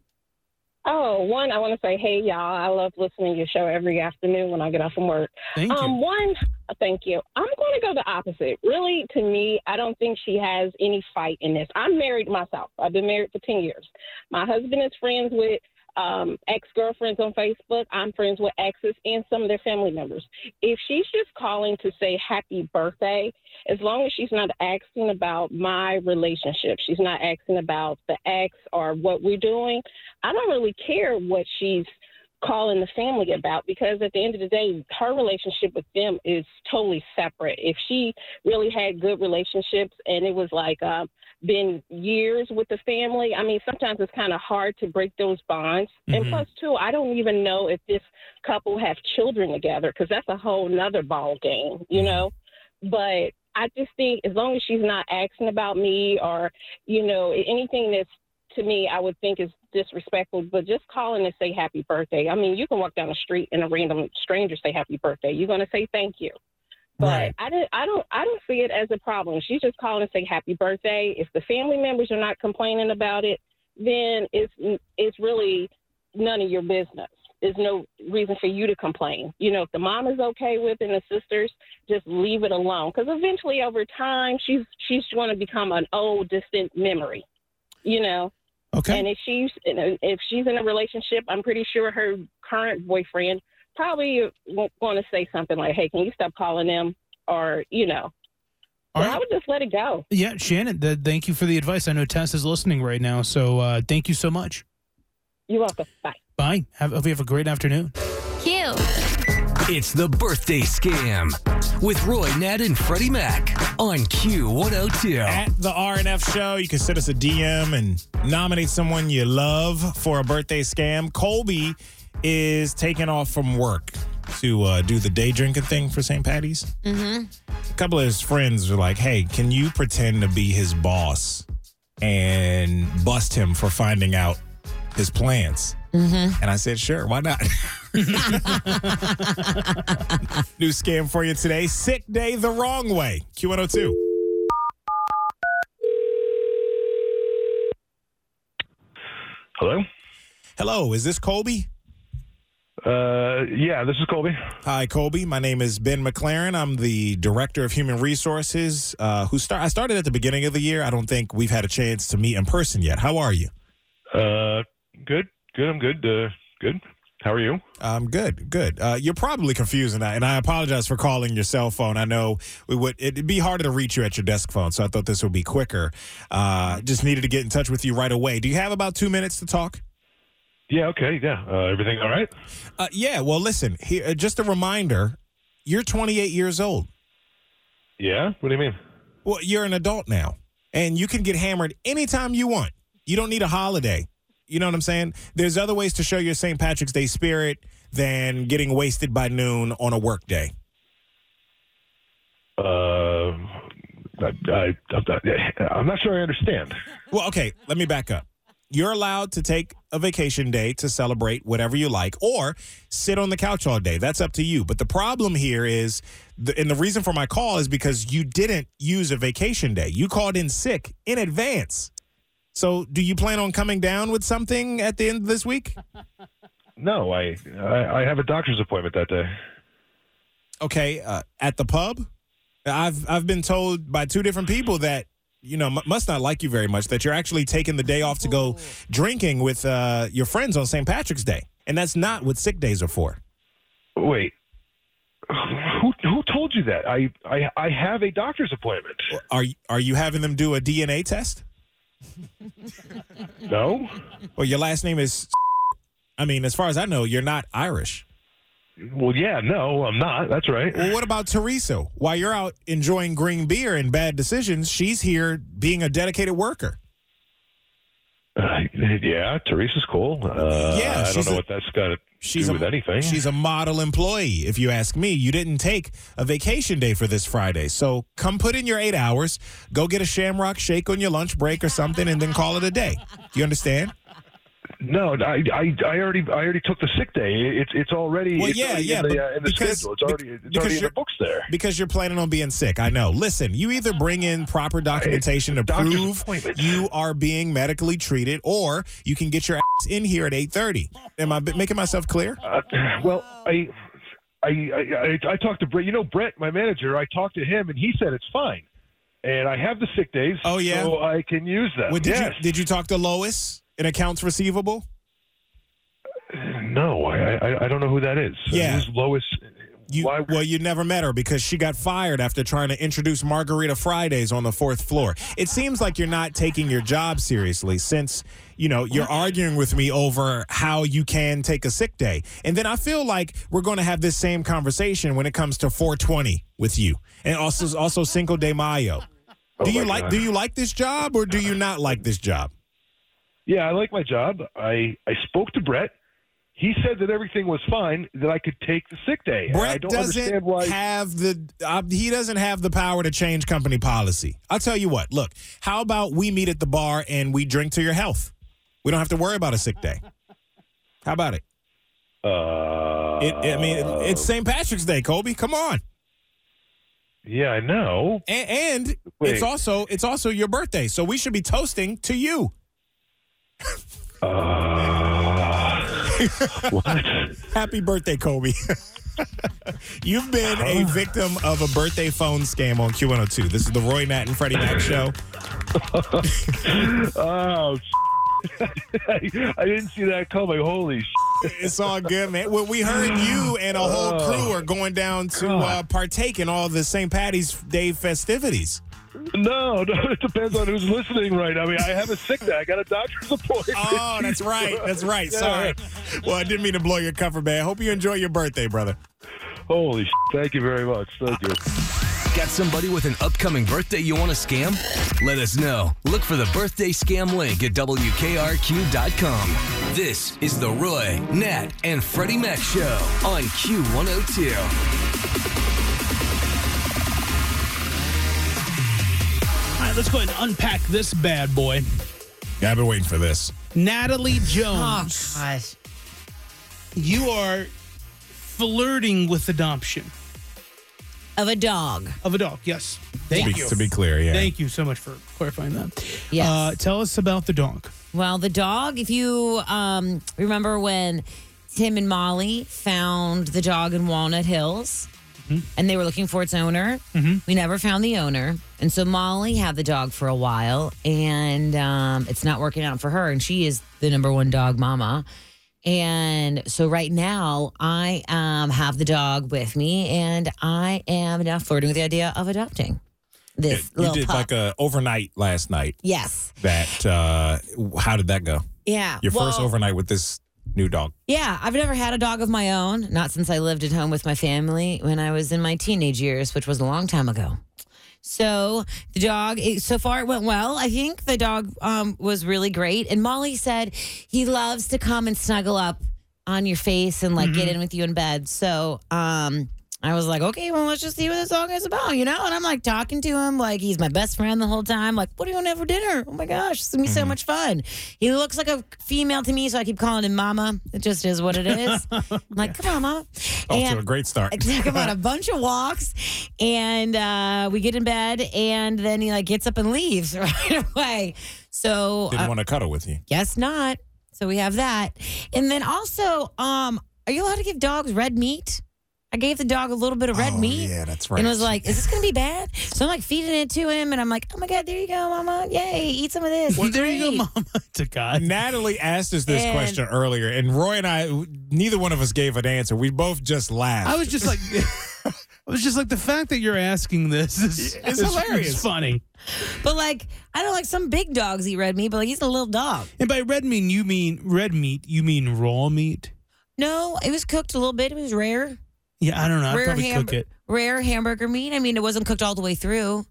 [SPEAKER 12] Oh, one, I want to say, hey, y'all. I love listening to your show every afternoon when I get off from work.
[SPEAKER 2] Thank you.
[SPEAKER 12] Um, one, thank you. I'm going to go the opposite. Really, to me, I don't think she has any fight in this. I'm married myself. I've been married for 10 years. My husband is friends with um, ex girlfriends on Facebook. I'm friends with exes and some of their family members. If she's just calling to say happy birthday, as long as she's not asking about my relationship, she's not asking about the ex or what we're doing, I don't really care what she's calling the family about because at the end of the day, her relationship with them is totally separate. If she really had good relationships and it was like um, been years with the family, I mean, sometimes it's kind of hard to break those bonds. And
[SPEAKER 6] Mhm.
[SPEAKER 12] plus, too, I don't even know if this couple have children together because that's a whole nother ball game, you know. But I just think as long as she's not asking about me or you know anything that's to me I would think is disrespectful, but just calling and say happy birthday. I mean, you can walk down the street and a random stranger say happy birthday. You're gonna say thank you. But I didn't. I don't. I don't see it as a problem. She's just calling and say happy birthday. If the family members are not complaining about it, then it's it's really none of your business. There's no reason for you to complain. You know, if the mom is okay with it and the sisters, just leave it alone. Because eventually, over time, she's she's going to become an old, distant memory. You know.
[SPEAKER 2] Okay.
[SPEAKER 12] And if she's and if she's in a relationship, I'm pretty sure her current boyfriend probably going to say something like, "Hey, can you stop calling them?" Or you know,
[SPEAKER 2] All
[SPEAKER 12] So I
[SPEAKER 2] right.
[SPEAKER 12] would just let it go.
[SPEAKER 2] Yeah, Shannon, th- thank you for the advice. I know Tess is listening right now, so uh, thank you so much.
[SPEAKER 12] You're welcome. Bye.
[SPEAKER 2] Bye. Have, hope you have a great afternoon.
[SPEAKER 6] Cute.
[SPEAKER 1] It's the birthday scam with Roy Nat and Freddie Mac on Q102.
[SPEAKER 4] At the RNF show, you can send us a DM and nominate someone you love for a birthday scam. Colby is taking off from work to uh, do the day drinking thing for St. Patty's.
[SPEAKER 3] Mm-hmm.
[SPEAKER 4] A couple of his friends were like, hey, can you pretend to be his boss and bust him for finding out his plans?
[SPEAKER 3] Mm-hmm.
[SPEAKER 4] And I said, sure, why not? New scam for you today. Sick day the wrong way. Q102.
[SPEAKER 13] Hello?
[SPEAKER 4] Hello, is this Colby?
[SPEAKER 13] Uh, yeah, this is Colby.
[SPEAKER 4] Hi, Colby. My name is Ben McLaren. I'm the director of human resources. Uh, who start? I started at the beginning of the year. I don't think we've had a chance to meet in person yet. How are you?
[SPEAKER 13] Uh, good, good. I'm good. Uh, good. How are you?
[SPEAKER 4] I'm good, good. Uh, you're probably confused, and I, and I apologize for calling your cell phone. I know we would it'd be harder to reach you at your desk phone, so I thought this would be quicker. Uh, just needed to get in touch with you right away. Do you have about two minutes to talk?
[SPEAKER 13] Yeah. Okay. Yeah. Uh, everything all right?
[SPEAKER 4] Uh, yeah. Well, listen. Here, uh, just a reminder. You're 28 years old.
[SPEAKER 13] Yeah. What do you mean?
[SPEAKER 4] Well, you're an adult now, and you can get hammered anytime you want. You don't need a holiday. You know what I'm saying? There's other ways to show your St. Patrick's Day spirit than getting wasted by noon on a work day.
[SPEAKER 13] Uh, I, I, I'm, not, I'm not sure I understand.
[SPEAKER 4] Well, okay, let me back up. You're allowed to take a vacation day to celebrate whatever you like or sit on the couch all day. That's up to you. But the problem here is, the, and the reason for my call is because you didn't use a vacation day. You called in sick in advance. So, do you plan on coming down with something at the end of this week?
[SPEAKER 13] No, I, I, I have a doctor's appointment that day.
[SPEAKER 4] okay uh, at the pub i've i've been told by two different
[SPEAKER 13] Mm-hmm.
[SPEAKER 4] people that you know m- must not like you very much that you're actually taking the day off to go drinking with uh, your friends on st patrick's day and that's not what sick days are for
[SPEAKER 13] Wait. Who, who told you that? I, I, I have a doctor's appointment.
[SPEAKER 4] are y- are you having them do a dna test
[SPEAKER 13] No.
[SPEAKER 4] well your last name is i mean as far as i know you're not irish
[SPEAKER 13] Well, yeah. No, I'm not. That's right.
[SPEAKER 4] well what about teresa while you're out enjoying green beer and bad decisions she's here being a dedicated worker
[SPEAKER 13] Uh, yeah, Teresa's cool. Uh,
[SPEAKER 4] Yeah,
[SPEAKER 13] I
[SPEAKER 4] she's
[SPEAKER 13] don't know
[SPEAKER 4] a-
[SPEAKER 13] what that's got to
[SPEAKER 4] She's
[SPEAKER 13] do
[SPEAKER 4] a,
[SPEAKER 13] with anything.
[SPEAKER 4] She's a model employee, if you ask me. You didn't take a vacation day for this Friday. So come put in your eight hours, go get a shamrock shake on your lunch break or something, and then call it a day. Do you understand?
[SPEAKER 13] No, I, I, I already, I already took the sick day. It's, it's already,
[SPEAKER 4] Well,
[SPEAKER 13] it's
[SPEAKER 4] yeah,
[SPEAKER 13] already
[SPEAKER 4] yeah,
[SPEAKER 13] in the,
[SPEAKER 4] but
[SPEAKER 13] uh, in the
[SPEAKER 4] because-
[SPEAKER 13] schedule. It's already, it's
[SPEAKER 4] because
[SPEAKER 13] already in the
[SPEAKER 4] you're-
[SPEAKER 13] books there.
[SPEAKER 4] Because you're planning on being sick. I know. Listen, you either bring in proper documentation to
[SPEAKER 13] Doctor's
[SPEAKER 4] prove
[SPEAKER 13] appointment.
[SPEAKER 4] you are being medically treated, or you can get your ass in here at 8.30. Am I b- making myself clear?
[SPEAKER 13] Uh, well, I, I, I, I, I talked to Brett. You know, Brett, my manager. I talked to him, and he said it's fine. And I have the sick days.
[SPEAKER 4] Oh, yeah?
[SPEAKER 13] so I can use them.
[SPEAKER 4] What, did,
[SPEAKER 13] yes.
[SPEAKER 4] you, did you talk to Lois in accounts receivable?
[SPEAKER 13] no, I, I, I don't know who that is.
[SPEAKER 4] Yeah.
[SPEAKER 13] Who's Lois?
[SPEAKER 4] You, well, you never met her because she got fired after trying to introduce Margarita Fridays on the fourth floor. It seems like you're not taking your job seriously since, you know, you're arguing with me over how you can take a sick day. And then I feel like we're going to have this same conversation when it comes to 420 with you and also also Cinco de Mayo. Do you
[SPEAKER 13] Oh my
[SPEAKER 4] like
[SPEAKER 13] God.
[SPEAKER 4] do you like this job or do you not like this job?
[SPEAKER 13] Yeah, I like my job. I, I spoke to Brett. He said that everything was fine, that I could take the sick day. And I
[SPEAKER 4] Brett
[SPEAKER 13] don't
[SPEAKER 4] doesn't
[SPEAKER 13] understand why.
[SPEAKER 4] have the uh, he doesn't have the power to change company policy. I'll tell you what. Look, how about we meet at the bar and we drink to your health? We don't have to worry about a sick day. How about it?
[SPEAKER 13] Uh,
[SPEAKER 4] It, I mean, it- it's St. Patrick's Day, Kobe. Come on.
[SPEAKER 13] yeah, I know.
[SPEAKER 4] And, and
[SPEAKER 13] Wait.
[SPEAKER 4] it's also it's also your birthday, so we should be toasting to you.
[SPEAKER 13] what?
[SPEAKER 4] Happy birthday, Kobe. You've been a victim of a birthday phone scam on Q102. This is the Roy Matt and Freddie Mac show.
[SPEAKER 13] Oh, I, I didn't see that coming. Holy
[SPEAKER 4] It's all good, man. Well, we heard you and a whole
[SPEAKER 13] Oh.
[SPEAKER 4] crew are going down to uh, partake in all the St. Patty's Day festivities.
[SPEAKER 13] No, no, it depends on who's listening, right? I mean, I have a sick day. I got a doctor's appointment.
[SPEAKER 4] Oh, that's right. That's right.
[SPEAKER 13] Yeah.
[SPEAKER 4] Sorry. Well, I didn't mean to blow your cover, man. Hope you enjoy your birthday, brother.
[SPEAKER 13] Holy sh! Thank you very much. Thank you.
[SPEAKER 1] Got somebody with an upcoming birthday you want to scam? Let us know. Look for the birthday scam link at WKRQ.com. This is the Roy, Nat, and Freddie Mac Show on Q102.
[SPEAKER 2] All right, let's go ahead and unpack this bad boy.
[SPEAKER 4] Yeah, I've been waiting for this.
[SPEAKER 2] Natalie
[SPEAKER 3] Oh,
[SPEAKER 2] Jones,
[SPEAKER 3] gosh.
[SPEAKER 2] you are flirting with adoption
[SPEAKER 3] Of a dog.
[SPEAKER 2] of a dog. Yes. Thank
[SPEAKER 4] To be-
[SPEAKER 2] you.
[SPEAKER 4] To be clear, yeah.
[SPEAKER 2] Thank you so much for clarifying that.
[SPEAKER 3] Yes.
[SPEAKER 2] Uh, tell us about the dog.
[SPEAKER 3] Well, the dog, if you um, remember when Tim and Molly found the dog in Walnut Hills and they were looking for its owner, we never found the owner. And so Molly had the dog for a while and um, it's not working out for her. And she is the number one dog mama. And so right now, I um, have the dog with me and I am now flirting with the idea of adopting
[SPEAKER 4] You
[SPEAKER 3] this
[SPEAKER 4] you
[SPEAKER 3] little
[SPEAKER 4] did
[SPEAKER 3] pup.
[SPEAKER 4] like a overnight last night.
[SPEAKER 3] yes.
[SPEAKER 4] That uh how did that go?
[SPEAKER 3] Yeah.
[SPEAKER 4] Your first
[SPEAKER 3] well-
[SPEAKER 4] overnight with this new dog.
[SPEAKER 3] Yeah, I've never had a dog of my own, not since I lived at home with my family when I was in my teenage years, which was a long time ago. So the dog, it, so far it went well. I think the dog um, was really great. And Molly said he loves to come and snuggle up on your face and like get in with you in bed. So um, I was like, okay, well, let's just see what this dog is about, you know? And I'm like talking to him like he's my best friend the whole time. Like, what are you going to have for dinner? Oh my gosh, this is going to be so much fun. He looks like a female to me, so I keep calling him mama. It just is what it is. I'm like, come on, mama.
[SPEAKER 4] Oh,
[SPEAKER 3] And-
[SPEAKER 4] to a great start.
[SPEAKER 3] I took him on a bunch of walks, and uh, we get in bed, and then he like gets up and leaves right away. So
[SPEAKER 4] Didn't
[SPEAKER 3] uh,
[SPEAKER 4] want to cuddle with you.
[SPEAKER 3] guess not. So we have that, and then also, um, are you allowed to give dogs red meat? I gave the dog a little bit of red
[SPEAKER 4] Oh,
[SPEAKER 3] meat.
[SPEAKER 4] Yeah, that's right.
[SPEAKER 3] And was like, is this gonna be bad? So I'm like feeding it to him, and I'm like, oh my god, there you go, mama, yay, eat some of this.
[SPEAKER 2] Well, there you go,
[SPEAKER 3] Great.
[SPEAKER 2] Mama. To God.
[SPEAKER 4] Natalie asked us this
[SPEAKER 3] And-
[SPEAKER 4] question earlier, and Roy and I, neither one of us gave an answer. We both just laughed.
[SPEAKER 2] I was just like, I was just like, the fact that you're asking this is is-
[SPEAKER 4] It's
[SPEAKER 2] is
[SPEAKER 4] hilarious.
[SPEAKER 2] funny.
[SPEAKER 3] But like, I don't like some big dogs eat red meat, but like he's a little dog.
[SPEAKER 2] And by red meat, you mean red meat? You mean raw meat?
[SPEAKER 3] No, it was cooked a little bit. It was rare.
[SPEAKER 2] Yeah, I don't know. I'd
[SPEAKER 3] Rare
[SPEAKER 2] probably
[SPEAKER 3] hamb-
[SPEAKER 2] cook it.
[SPEAKER 3] rare hamburger meat. I mean, it wasn't cooked all the way through.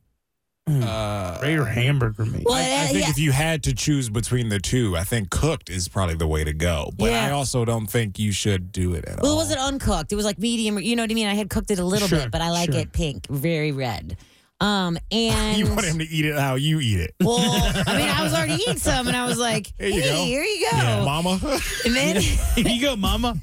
[SPEAKER 4] uh,
[SPEAKER 2] Rare hamburger meat.
[SPEAKER 3] Mm. Well,
[SPEAKER 4] I, I
[SPEAKER 3] uh,
[SPEAKER 4] think
[SPEAKER 3] yeah.
[SPEAKER 4] if you had to choose between the two, I think cooked is probably the way to go. But I
[SPEAKER 3] Yeah.
[SPEAKER 4] also don't think you should do it at
[SPEAKER 3] well, it
[SPEAKER 4] all.
[SPEAKER 3] wasn't uncooked. It was like medium. You know what I mean? I had cooked it a little
[SPEAKER 2] Oh. Sure,
[SPEAKER 3] bit, but I like
[SPEAKER 2] sure.
[SPEAKER 3] it pink, very red. Um, and
[SPEAKER 4] you want him to eat it how you eat it.
[SPEAKER 3] well, I mean, I was already eating some, and I was like,
[SPEAKER 4] Here you
[SPEAKER 3] "Hey,
[SPEAKER 4] go.
[SPEAKER 3] here you go."
[SPEAKER 4] Mama.
[SPEAKER 3] And then,
[SPEAKER 2] Here you go, Mama.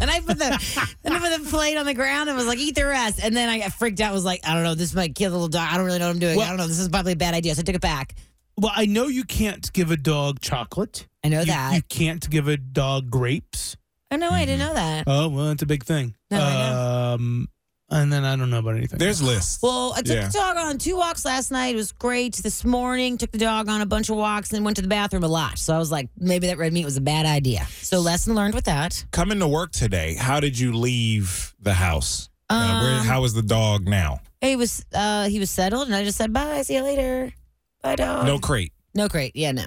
[SPEAKER 3] and I put the, then I put the plate on the ground and was like, "Eat the rest." And then I got freaked out. Was like, "I don't know. This might kill the little dog. I don't really know what I'm doing.
[SPEAKER 2] Well-
[SPEAKER 3] I don't know. This is probably a bad idea." So I took it back.
[SPEAKER 2] Well, I know you can't give a dog chocolate.
[SPEAKER 3] I know
[SPEAKER 2] You,
[SPEAKER 3] that.
[SPEAKER 2] you can't give a dog grapes.
[SPEAKER 3] oh no, I didn't know that.
[SPEAKER 2] Oh well, that's a big thing.
[SPEAKER 3] No, I
[SPEAKER 2] um, and then I don't know about anything.
[SPEAKER 4] There's lists.
[SPEAKER 3] Well, I took
[SPEAKER 4] Yeah.
[SPEAKER 3] the dog on two walks last night. It was great. This morning, took the dog on a bunch of walks and then went to the bathroom a lot. So I was like, maybe that red meat was a bad idea. So lesson learned with that.
[SPEAKER 4] Coming to work today, how did you leave the house?
[SPEAKER 3] Um,
[SPEAKER 4] Uh, where, how is the dog now?
[SPEAKER 3] He was uh he was settled, and I just said bye. See you later. Bye, dog.
[SPEAKER 4] No crate.
[SPEAKER 3] No crate. Yeah, no.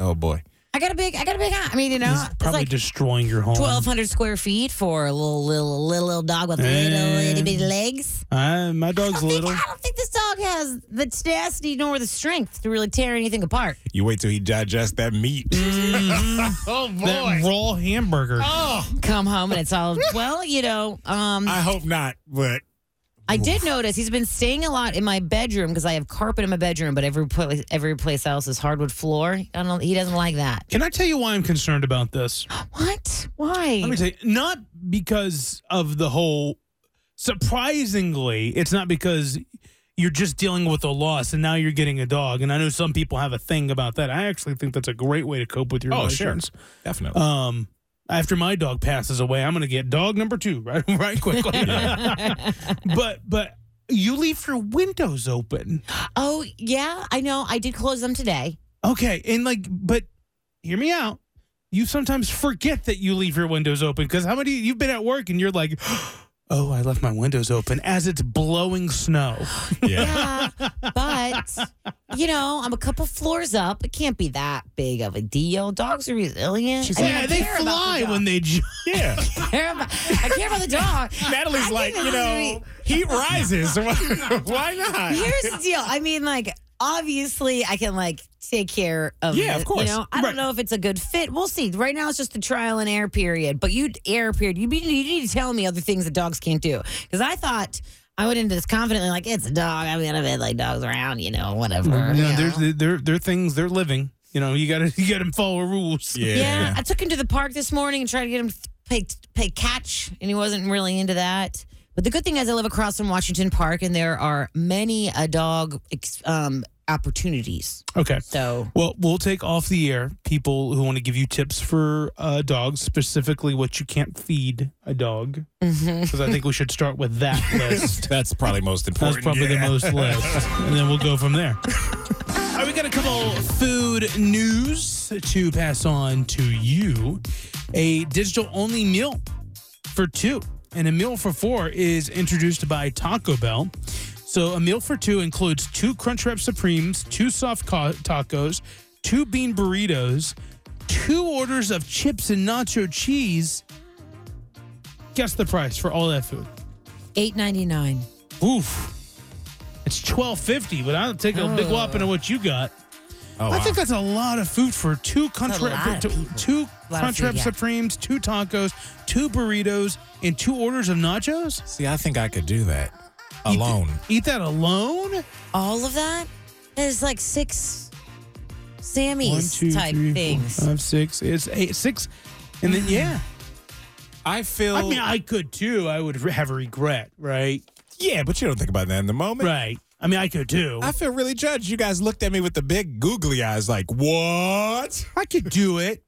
[SPEAKER 4] Oh boy.
[SPEAKER 3] I got a big. I got a big. house. I mean, you know,
[SPEAKER 2] He's
[SPEAKER 3] it's
[SPEAKER 2] probably
[SPEAKER 3] like
[SPEAKER 2] destroying your home.
[SPEAKER 3] twelve hundred square feet for a little little little, little dog with little
[SPEAKER 2] Eh.
[SPEAKER 3] itty bitty legs.
[SPEAKER 2] Uh, my
[SPEAKER 3] I don't
[SPEAKER 2] dog's
[SPEAKER 3] think-
[SPEAKER 2] little.
[SPEAKER 3] I don't think this dog has the tenacity nor the strength to really tear anything apart.
[SPEAKER 4] You wait till he digests that meat. oh
[SPEAKER 2] Mm-hmm. That raw hamburger.
[SPEAKER 4] Oh,
[SPEAKER 3] Come home and it's all well, you know. Um,
[SPEAKER 4] I hope not. But
[SPEAKER 3] I did notice he's been staying a lot in my bedroom because I have carpet in my bedroom, but every place every place else is hardwood floor. I don't. He doesn't like that.
[SPEAKER 2] Can I tell you why I'm concerned about this?
[SPEAKER 3] What? Why?
[SPEAKER 2] Let me tell you, not because of the whole. Surprisingly, it's not because you're just dealing with a loss and now you're getting a dog. And I know some people have a thing about that. I actually think that's a great way to cope with your
[SPEAKER 4] oh, sure,
[SPEAKER 2] emotions.
[SPEAKER 4] definitely.
[SPEAKER 2] Um, after my dog passes away, I'm gonna get dog number two right, right quickly. but but you leave your windows open.
[SPEAKER 3] Oh yeah, I know. I did close them today.
[SPEAKER 2] Okay, and like, but hear me out. You sometimes forget that you leave your windows open because how many you've been at work and you're like, oh, I left my windows open as it's blowing snow.
[SPEAKER 4] yeah.
[SPEAKER 3] Yeah, but you know, I'm a couple floors up. It can't be that big of a deal. Dogs are resilient. I mean, I
[SPEAKER 2] yeah, they
[SPEAKER 3] care about the
[SPEAKER 2] fly
[SPEAKER 3] dog.
[SPEAKER 2] when they. Ju-
[SPEAKER 4] yeah.
[SPEAKER 3] I care about, I care about the dog.
[SPEAKER 4] Natalie's
[SPEAKER 3] I
[SPEAKER 4] like,
[SPEAKER 3] think
[SPEAKER 4] you
[SPEAKER 3] this is-
[SPEAKER 4] know, heat rises. Why not?
[SPEAKER 3] Here's the deal. I mean, like, obviously, I can like take care of.
[SPEAKER 4] Yeah, of
[SPEAKER 3] it,
[SPEAKER 4] course.
[SPEAKER 3] You know, I
[SPEAKER 2] Right.
[SPEAKER 3] don't know if it's a good fit. We'll see. Right now, it's just the trial and error period. But you error period. You be- you need to tell me other things that dogs can't do because I thought. I went into this confidently, like it's a dog. I mean, I've had like dogs around, you know, whatever. you
[SPEAKER 2] Mm-hmm. yeah,
[SPEAKER 3] know?
[SPEAKER 2] they're, they're they're things they're living. You know, you gotta you gotta follow rules.
[SPEAKER 4] Yeah.
[SPEAKER 3] yeah. I took him to the park this morning and tried to get him to play, play catch, and he wasn't really into that. But the good thing is, I live across from Washington Park, and there are many a dog ex- um, opportunities.
[SPEAKER 2] Okay.
[SPEAKER 3] So
[SPEAKER 2] Well, we'll take off the air people who want to give you tips for uh, dogs, specifically what you can't feed a dog.
[SPEAKER 3] Mm-hmm.
[SPEAKER 2] Because I think we should start with that list.
[SPEAKER 4] That's probably most important.
[SPEAKER 2] That's probably
[SPEAKER 4] yeah.
[SPEAKER 2] the most list. And then we'll go from there. All right, we got a couple food news to pass on to you. A digital only meal for two and a meal for four is introduced by Taco Bell. So a meal for two includes two Crunchwrap Supremes, two soft co- tacos, two bean burritos, two orders of chips and nacho cheese. Guess the price for all that food.
[SPEAKER 3] eight ninety nine.
[SPEAKER 2] Oof. It's twelve fifty, but I'll take a big whopping of what you got.
[SPEAKER 4] Oh,
[SPEAKER 2] I
[SPEAKER 4] wow.
[SPEAKER 2] think that's a lot of food for two country
[SPEAKER 3] lot of
[SPEAKER 2] two,
[SPEAKER 3] people.
[SPEAKER 2] two
[SPEAKER 3] Lot of
[SPEAKER 2] country
[SPEAKER 3] food,
[SPEAKER 2] rep
[SPEAKER 3] yeah.
[SPEAKER 2] supremes, two tacos, two burritos, and two orders of nachos.
[SPEAKER 4] See, I think I could do that alone.
[SPEAKER 2] Eat that alone?
[SPEAKER 3] All of that is like six Sammys
[SPEAKER 2] One, two,
[SPEAKER 3] type
[SPEAKER 2] three, four,
[SPEAKER 3] things.
[SPEAKER 2] five, six. It's eight, six, and then yeah.
[SPEAKER 4] I feel.
[SPEAKER 2] I mean, I could too. I would have a regret, right?
[SPEAKER 4] yeah, but you don't think about that in the moment.
[SPEAKER 2] Right. I mean, I could too.
[SPEAKER 4] I feel really judged. You guys looked at me with the big googly eyes, like, what?
[SPEAKER 2] I could do it.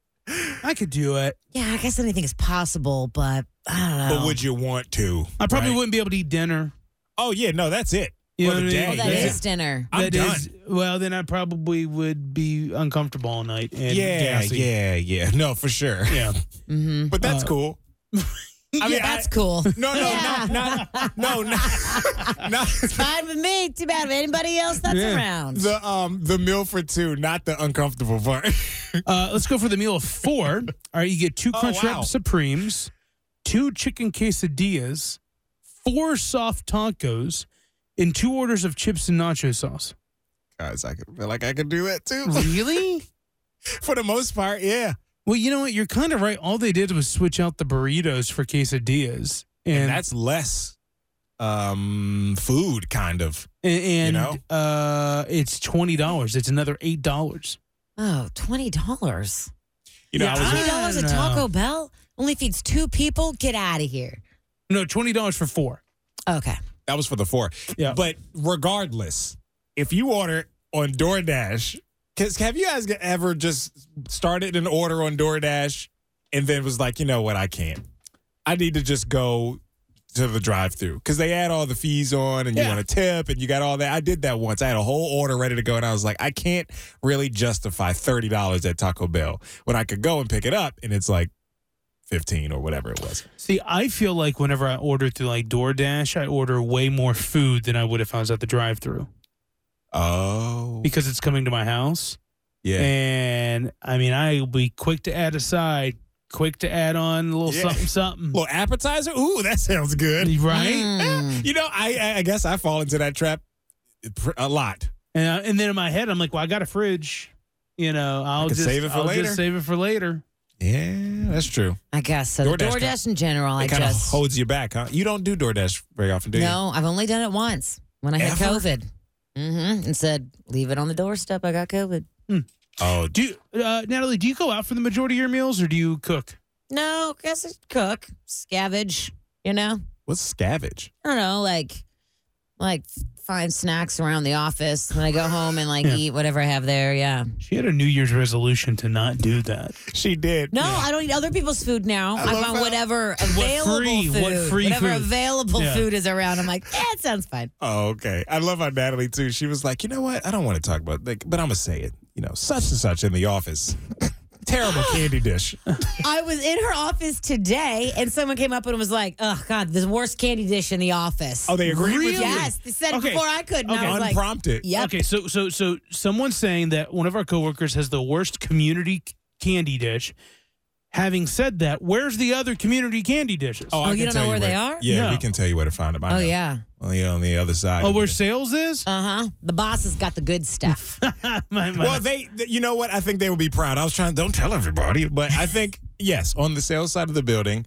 [SPEAKER 2] I could do it.
[SPEAKER 3] yeah, I guess anything is possible, but I don't know.
[SPEAKER 4] But would you want to?
[SPEAKER 2] I probably
[SPEAKER 4] right?
[SPEAKER 2] wouldn't be able to eat dinner.
[SPEAKER 4] Oh, yeah, no, that's it.
[SPEAKER 2] You
[SPEAKER 4] For
[SPEAKER 2] know
[SPEAKER 4] the
[SPEAKER 2] what I mean?
[SPEAKER 3] oh,
[SPEAKER 4] day.
[SPEAKER 3] that is
[SPEAKER 2] yeah.
[SPEAKER 3] dinner.
[SPEAKER 4] I'm
[SPEAKER 2] That
[SPEAKER 4] done.
[SPEAKER 2] is- well, then I probably would be uncomfortable all night. And
[SPEAKER 4] yeah,
[SPEAKER 2] gassy.
[SPEAKER 4] yeah, yeah. No, for sure.
[SPEAKER 2] yeah.
[SPEAKER 3] Mm-hmm.
[SPEAKER 4] But that's
[SPEAKER 2] Uh,
[SPEAKER 4] cool. I mean,
[SPEAKER 3] yeah, that's
[SPEAKER 4] I-
[SPEAKER 3] cool.
[SPEAKER 4] No, no,
[SPEAKER 3] Yeah.
[SPEAKER 4] not, not, no, not, not
[SPEAKER 3] Fine with me. Too bad if anybody else that's
[SPEAKER 2] Yeah.
[SPEAKER 3] around.
[SPEAKER 4] the um the meal for two, not the uncomfortable part.
[SPEAKER 2] Uh, let's go for the meal of four. All right, you get two
[SPEAKER 4] Oh,
[SPEAKER 2] Crunchwrap
[SPEAKER 4] wow.
[SPEAKER 2] Supremes, two chicken quesadillas, four soft tacos, and two orders of chips and nacho sauce.
[SPEAKER 4] Guys, I could feel like I could do that too.
[SPEAKER 2] Really?
[SPEAKER 4] For the most part, yeah.
[SPEAKER 2] well, you know what? You're kind of right. All they did was switch out the burritos for quesadillas, and
[SPEAKER 4] And that's less um food kind of.
[SPEAKER 2] and, and,
[SPEAKER 4] know?
[SPEAKER 2] uh, it's twenty dollars. It's another eight dollars.
[SPEAKER 3] oh, $20.
[SPEAKER 4] You know,
[SPEAKER 2] Yeah,
[SPEAKER 4] I was uh,
[SPEAKER 3] $20
[SPEAKER 2] I- No.
[SPEAKER 3] at Taco Bell only feeds two people. Get out of here.
[SPEAKER 2] No, twenty dollars for four.
[SPEAKER 3] Okay.
[SPEAKER 4] that was for the four.
[SPEAKER 2] Yeah.
[SPEAKER 4] But regardless, if you order on DoorDash, because have you guys ever just started an order on DoorDash and then was like, you know what, I can't. I need to just go to the drive through because they add all the fees on and you
[SPEAKER 2] Yeah.
[SPEAKER 4] want to tip and you got all that. I did that once. I had a whole order ready to go and I was like, I can't really justify $30 at Taco Bell when I could go and pick it up and it's like 15 or whatever it was.
[SPEAKER 2] See, I feel like whenever I order through like DoorDash, I order way more food than I would if I was at the drive-through
[SPEAKER 4] Oh,
[SPEAKER 2] because it's coming to my house.
[SPEAKER 4] yeah.
[SPEAKER 2] And I mean, I'll be quick to add a side, quick to add on a little
[SPEAKER 4] Yeah.
[SPEAKER 2] something, something.
[SPEAKER 4] little appetizer. Ooh, that sounds good. Eh,
[SPEAKER 2] Right?
[SPEAKER 3] Mm.
[SPEAKER 4] You know, I- I I guess I fall into that trap pr- a lot.
[SPEAKER 2] And, I- and then in my head, I'm like, well, I got a fridge. You know, I'll
[SPEAKER 4] could
[SPEAKER 2] just
[SPEAKER 4] save it for
[SPEAKER 2] I'll
[SPEAKER 4] later.
[SPEAKER 2] Just save it for later.
[SPEAKER 4] Yeah, that's true.
[SPEAKER 3] I guess so.
[SPEAKER 4] DoorDash
[SPEAKER 3] the
[SPEAKER 4] kinda-
[SPEAKER 3] DoorDash in general, I
[SPEAKER 4] It kind of
[SPEAKER 3] just
[SPEAKER 4] holds you back, huh? You don't do DoorDash very often, do you?
[SPEAKER 3] no. I've only done it once when I had
[SPEAKER 4] Ever?
[SPEAKER 3] COVID, mm-hmm. and said, "Leave it on the doorstep." I got COVID.
[SPEAKER 4] Oh,
[SPEAKER 2] Do you, uh, Natalie? Do you go out for the majority of your meals, or do you cook?
[SPEAKER 3] No, guess it's cook, scavenge. You know,
[SPEAKER 4] what's scavenge?
[SPEAKER 3] I don't know, like, like find snacks around the office when I go home and like
[SPEAKER 2] Yeah.
[SPEAKER 3] eat whatever I have there. Yeah.
[SPEAKER 2] She had a New Year's resolution to not do that.
[SPEAKER 4] She did.
[SPEAKER 3] No, I don't eat other people's food now. I,
[SPEAKER 4] love
[SPEAKER 3] want
[SPEAKER 4] how-
[SPEAKER 3] whatever available
[SPEAKER 2] free-
[SPEAKER 3] food,
[SPEAKER 2] what free
[SPEAKER 3] whatever
[SPEAKER 2] food.
[SPEAKER 3] available
[SPEAKER 2] Yeah.
[SPEAKER 3] food is around. I'm like, yeah, it sounds fine.
[SPEAKER 4] Oh, okay. I love how Natalie too. She was like, you know what? I don't want to talk about, like, but I'm gonna say it. You know, such and such in the office. Terrible candy dish.
[SPEAKER 3] I was in her office today, and someone came up and was like, "Oh God, the worst candy dish in the office."
[SPEAKER 4] Oh, they agreed with you?
[SPEAKER 3] Yes, they said it
[SPEAKER 2] Okay.
[SPEAKER 3] before I could, and
[SPEAKER 2] Okay.
[SPEAKER 3] I was like,
[SPEAKER 4] Unprompted.
[SPEAKER 3] "Yep."
[SPEAKER 2] Okay, so so so someone's saying that one of our coworkers has the worst community c- candy dish. Having said that, where's the other community candy dishes?
[SPEAKER 4] I
[SPEAKER 3] Oh,
[SPEAKER 4] can
[SPEAKER 3] you don't know
[SPEAKER 4] tell
[SPEAKER 3] where they are?
[SPEAKER 4] Yeah,
[SPEAKER 2] No.
[SPEAKER 4] we can tell you where to find them. I
[SPEAKER 3] Oh
[SPEAKER 4] know.
[SPEAKER 3] yeah.
[SPEAKER 4] On the, on the other side.
[SPEAKER 2] Oh,
[SPEAKER 4] of
[SPEAKER 2] where
[SPEAKER 4] the-
[SPEAKER 2] sales is?
[SPEAKER 3] Uh huh. The boss has got the good stuff.
[SPEAKER 2] My- my-
[SPEAKER 4] Well, they, th- you know what? I think they would be proud. I was trying, don't tell everybody, but I think, yes, on the sales side of the building,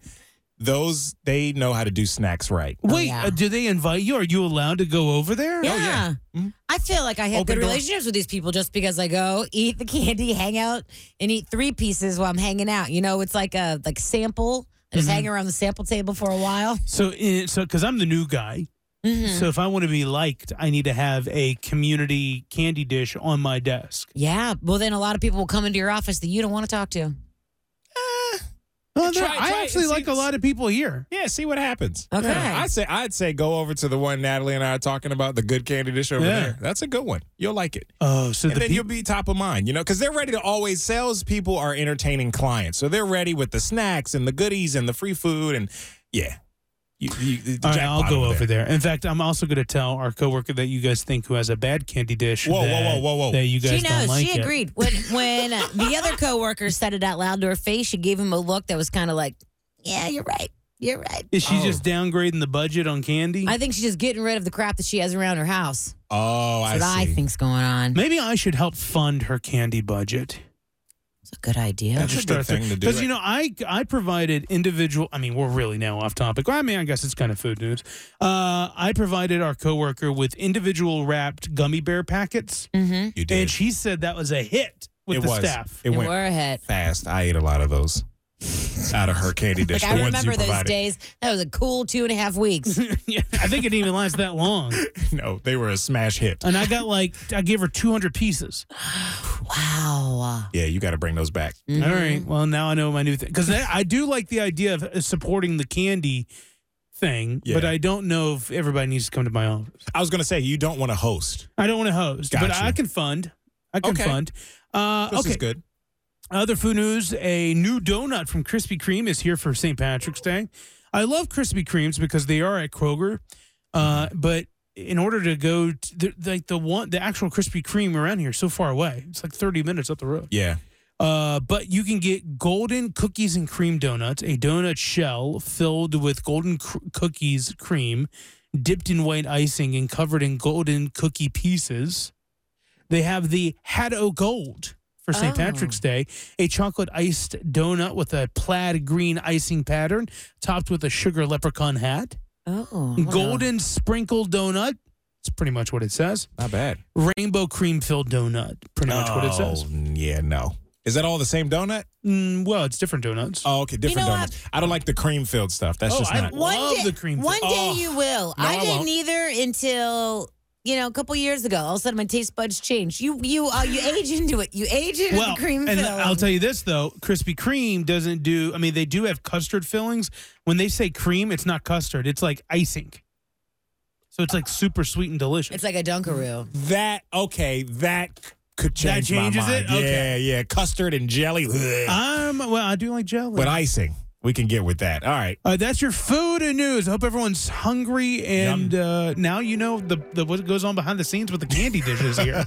[SPEAKER 4] those, they know how to do snacks right.
[SPEAKER 2] Wait,
[SPEAKER 3] yeah.
[SPEAKER 2] uh, do they invite you? Are you allowed to go over there?
[SPEAKER 3] yeah. I feel like I have
[SPEAKER 4] Open
[SPEAKER 3] good
[SPEAKER 4] door.
[SPEAKER 3] relationships with these people just because I go eat the candy, hang out, and eat three pieces while I'm hanging out. You know, it's like a like sample. I
[SPEAKER 4] Mm-hmm.
[SPEAKER 3] just hang around the sample table for a while.
[SPEAKER 2] So, in, so because I'm the new guy,
[SPEAKER 3] Mhm.
[SPEAKER 2] so if I want to be liked, I need to have a community candy dish on my desk.
[SPEAKER 3] Yeah. Well, then a lot of people will come into your office that you don't want to talk
[SPEAKER 4] Uh,
[SPEAKER 3] to.
[SPEAKER 2] Oh, there-
[SPEAKER 4] try-
[SPEAKER 2] I
[SPEAKER 4] try it,
[SPEAKER 2] actually
[SPEAKER 4] see-
[SPEAKER 2] like a lot of people here.
[SPEAKER 4] Yeah, see what happens.
[SPEAKER 3] Okay.
[SPEAKER 4] Yeah, I'd say I'd say go over to the one Natalie and I are talking about, the good candy dish over
[SPEAKER 2] Yeah.
[SPEAKER 4] there. That's a good one. You'll like it.
[SPEAKER 2] Oh, so
[SPEAKER 4] and
[SPEAKER 2] the
[SPEAKER 4] then you'll
[SPEAKER 2] people.
[SPEAKER 4] be top of mind, you know, because they're ready to always. Salespeople are entertaining clients, so they're ready with the snacks and the goodies and the free food and yeah. You, you, the
[SPEAKER 2] All right,
[SPEAKER 4] jackpot
[SPEAKER 2] I'll go over there. In fact, I'm also going to tell our coworker that you guys think who has a bad candy dish.
[SPEAKER 4] Whoa, whoa,
[SPEAKER 2] that-
[SPEAKER 4] whoa, whoa, whoa.
[SPEAKER 2] That you
[SPEAKER 3] She
[SPEAKER 2] guys
[SPEAKER 3] knows.
[SPEAKER 2] don't like
[SPEAKER 3] she
[SPEAKER 2] it.
[SPEAKER 3] agreed. When when uh, the other coworker said it out loud to her face, she gave him a look that was kind of like, "Yeah, you're right. You're right."
[SPEAKER 2] Is
[SPEAKER 4] Oh.
[SPEAKER 2] she just downgrading the budget on candy?
[SPEAKER 3] I think she's just getting rid of the crap that she has around her house.
[SPEAKER 4] Oh,
[SPEAKER 3] That's what
[SPEAKER 4] I
[SPEAKER 3] I
[SPEAKER 4] see.
[SPEAKER 3] think's going on.
[SPEAKER 2] Maybe I should help fund her candy budget.
[SPEAKER 3] It's a good idea.
[SPEAKER 4] That's a good thing to do.
[SPEAKER 2] Because you know, I I provided individual. I mean, we're really now off topic. Well, I mean, I guess it's kind of food news. Uh, I provided our coworker with individual wrapped gummy bear packets,
[SPEAKER 3] Mm-hmm.
[SPEAKER 4] you did.
[SPEAKER 2] and she said that was a hit with
[SPEAKER 4] it
[SPEAKER 2] the
[SPEAKER 4] was.
[SPEAKER 2] staff.
[SPEAKER 4] It
[SPEAKER 3] They
[SPEAKER 4] went
[SPEAKER 3] were a hit.
[SPEAKER 4] fast. I ate a lot of those out of her candy dish.
[SPEAKER 3] Like
[SPEAKER 4] the
[SPEAKER 3] I
[SPEAKER 4] ones you
[SPEAKER 3] remember those
[SPEAKER 4] provided.
[SPEAKER 3] days. That was a cool two and a half weeks.
[SPEAKER 2] yeah, I think it didn't even last that long,
[SPEAKER 4] No, they were a smash hit.
[SPEAKER 2] and I got like I gave her two hundred pieces.
[SPEAKER 3] wow.
[SPEAKER 4] Yeah, you got to bring those back.
[SPEAKER 3] Mhm.
[SPEAKER 2] All right. Well, now I know my new thing because I do like the idea of uh, supporting the candy thing, but
[SPEAKER 4] Yeah.
[SPEAKER 2] I don't know if everybody needs to come to my office.
[SPEAKER 4] I was gonna say you don't want to host.
[SPEAKER 2] I don't want to host, but
[SPEAKER 4] Gotcha.
[SPEAKER 2] I can fund. I can
[SPEAKER 4] Okay.
[SPEAKER 2] fund. Uh,
[SPEAKER 4] This
[SPEAKER 2] okay.
[SPEAKER 4] is good.
[SPEAKER 2] Other food news: A new donut from Krispy Kreme is here for St. Patrick's Day. I love Krispy Kremes because they are at Kroger, uh, but in order to go, to the, like the one, the actual Krispy Kreme around here is so far away. It's like thirty minutes up the road.
[SPEAKER 4] Yeah.
[SPEAKER 2] Uh, but you can get golden cookies and cream donuts, a donut shell filled with golden cr- cookies cream, dipped in white icing and covered in golden cookie pieces. They have the Haddo Gold for St.
[SPEAKER 3] Oh.
[SPEAKER 2] Patrick's Day, a chocolate iced donut with a plaid green icing pattern, topped with a sugar leprechaun hat.
[SPEAKER 3] Oh. I wanna-
[SPEAKER 2] Golden sprinkle donut. That's pretty much what it says.
[SPEAKER 4] Not bad.
[SPEAKER 2] Rainbow cream filled donut. Pretty much what it says.
[SPEAKER 4] Oh, Yeah, no. Is that all the same donut?
[SPEAKER 2] Mm, well, it's different donuts.
[SPEAKER 4] Oh, okay, different
[SPEAKER 3] know
[SPEAKER 4] donuts. I don't like the cream filled stuff. That's
[SPEAKER 2] Oh,
[SPEAKER 4] just
[SPEAKER 2] I
[SPEAKER 4] not.
[SPEAKER 3] One
[SPEAKER 2] Love
[SPEAKER 3] day,
[SPEAKER 2] the cream
[SPEAKER 3] one
[SPEAKER 2] fill-
[SPEAKER 3] day
[SPEAKER 2] Oh.
[SPEAKER 3] you will.
[SPEAKER 4] No,
[SPEAKER 3] I,
[SPEAKER 4] I
[SPEAKER 3] didn't
[SPEAKER 4] won't.
[SPEAKER 3] either until you know a couple years ago. All of a sudden, my taste buds changed. You you uh, you age into it. You age into
[SPEAKER 2] well,
[SPEAKER 3] the cream
[SPEAKER 2] and
[SPEAKER 3] filling.
[SPEAKER 2] I'll tell you this though, Krispy Kreme doesn't do. I mean, they do have custard fillings. When they say cream, it's not custard; it's like icing. So it's like super sweet and delicious.
[SPEAKER 3] it's like a Dunkaroo.
[SPEAKER 4] Mm. That okay? That c- could
[SPEAKER 2] That
[SPEAKER 4] change my
[SPEAKER 2] changes
[SPEAKER 4] mind.
[SPEAKER 2] it? Okay.
[SPEAKER 3] Uh,
[SPEAKER 4] Yeah, yeah. Custard and jelly, ugh.
[SPEAKER 2] um, well, I do like jelly.
[SPEAKER 4] but icing. We can get with that. All right.
[SPEAKER 2] Uh, that's your food and news. I hope everyone's hungry, and uh, now you know the, the what goes on behind the scenes with the candy dishes here.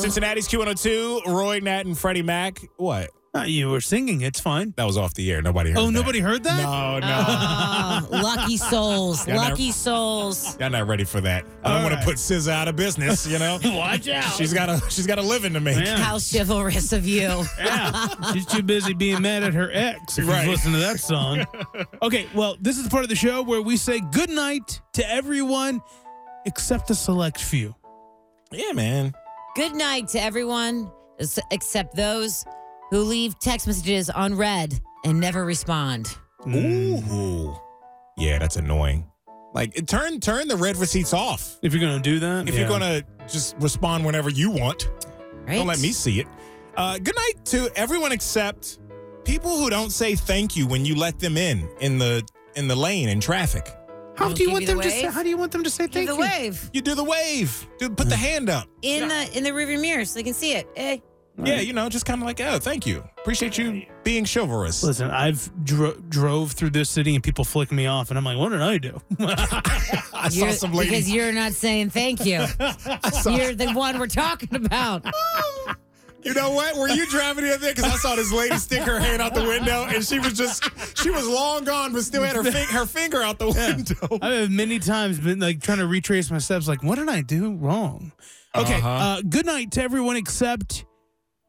[SPEAKER 4] Cincinnati's Q102, Roy Nat and Freddie Mac. What?
[SPEAKER 2] Uh, you were singing. It's fine.
[SPEAKER 4] That was off the air. Nobody heard
[SPEAKER 2] Oh,
[SPEAKER 4] that.
[SPEAKER 2] nobody heard that?
[SPEAKER 4] No, no.
[SPEAKER 3] Oh, lucky souls.
[SPEAKER 4] Yeah,
[SPEAKER 3] lucky
[SPEAKER 4] never-
[SPEAKER 3] souls.
[SPEAKER 4] Y'all not ready for that. I don't
[SPEAKER 2] All
[SPEAKER 4] want
[SPEAKER 2] right.
[SPEAKER 4] to put SZA out of business, you know?
[SPEAKER 2] Watch out.
[SPEAKER 4] she's got a she's got a living to make.
[SPEAKER 2] Yeah.
[SPEAKER 3] How chivalrous of you.
[SPEAKER 2] Yeah. She's too busy being mad at her ex if
[SPEAKER 4] Right.
[SPEAKER 2] you listen to that song. Oh, Okay, well, this is the part of the show where we say goodnight to everyone except a select few.
[SPEAKER 4] Yeah, man.
[SPEAKER 3] Good night to everyone s- except those who leave text messages on red and never respond.
[SPEAKER 4] Ooh. Yeah, that's annoying. Like it- turn turn the red receipts off.
[SPEAKER 2] If you're going to do that,
[SPEAKER 4] If
[SPEAKER 2] yeah.
[SPEAKER 4] you're gonna just respond whenever you want.
[SPEAKER 3] Right?
[SPEAKER 4] Don't let me see it. Uh, good night to everyone except people who don't say thank you when you let them in in the in the lane in traffic.
[SPEAKER 2] How
[SPEAKER 3] I'll
[SPEAKER 2] do you
[SPEAKER 3] give
[SPEAKER 2] want
[SPEAKER 3] you the
[SPEAKER 2] them to say
[SPEAKER 3] wave.
[SPEAKER 2] how do you want them to say
[SPEAKER 3] Give
[SPEAKER 2] thank
[SPEAKER 3] the
[SPEAKER 2] you?
[SPEAKER 3] wave
[SPEAKER 4] You do the wave. Do, put the hand up.
[SPEAKER 3] in the in the rearview mirror so they can see it. Eh.
[SPEAKER 4] Yeah, you know, just kind of like, oh, thank you. Appreciate you being chivalrous.
[SPEAKER 2] Listen, I've dro- drove through this city and people flick me off, and I'm like, what did I do?
[SPEAKER 4] I saw
[SPEAKER 3] You're-
[SPEAKER 4] some lady.
[SPEAKER 3] Because you're not saying thank you. you're the one we're talking about.
[SPEAKER 4] You know what? Were you driving the other day? Because I saw this lady stick her hand out the window, and she was just she was long gone, but still had her fin- her finger out the window.
[SPEAKER 2] I have many times been like trying to retrace my steps, like, what did I do wrong? Okay. uh
[SPEAKER 4] Uh-huh.
[SPEAKER 2] good night to everyone except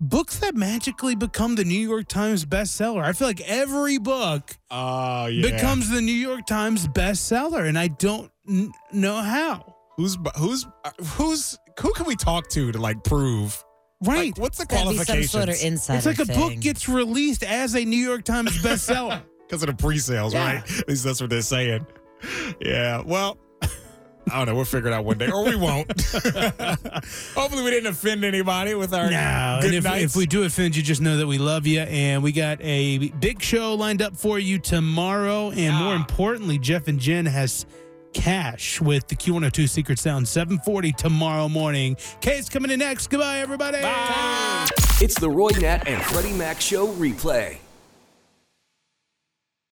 [SPEAKER 2] books that magically become the New York Times bestseller. I feel like every book
[SPEAKER 4] Oh yeah.
[SPEAKER 2] becomes the New York Times bestseller, and I don't n- know how.
[SPEAKER 4] who's who's who's who can we talk to to like prove?
[SPEAKER 2] Right.
[SPEAKER 4] Like, what's the
[SPEAKER 3] That'd be some
[SPEAKER 4] qualifications?
[SPEAKER 3] sort of insider.
[SPEAKER 2] it's like a book
[SPEAKER 3] thing.
[SPEAKER 2] gets released as a New York Times bestseller.
[SPEAKER 4] because of the pre-sales,
[SPEAKER 2] Yeah.
[SPEAKER 4] right? At least that's what they're saying. Yeah. Well, I don't know. We'll figure it out one day, or we won't. Hopefully, we didn't offend anybody with our
[SPEAKER 2] No,
[SPEAKER 4] good
[SPEAKER 2] and if,
[SPEAKER 4] nights.
[SPEAKER 2] if we do offend you, just know that we love you, and we got a big show lined up for you tomorrow. And
[SPEAKER 4] Ah.
[SPEAKER 2] more importantly, Jeff and Jen has cash with the Q102 Secret Sound 740 tomorrow morning. Kay's coming in next. Goodbye, everybody.
[SPEAKER 4] Bye.
[SPEAKER 1] It's the Roy Nat and Freddie Mac Show replay.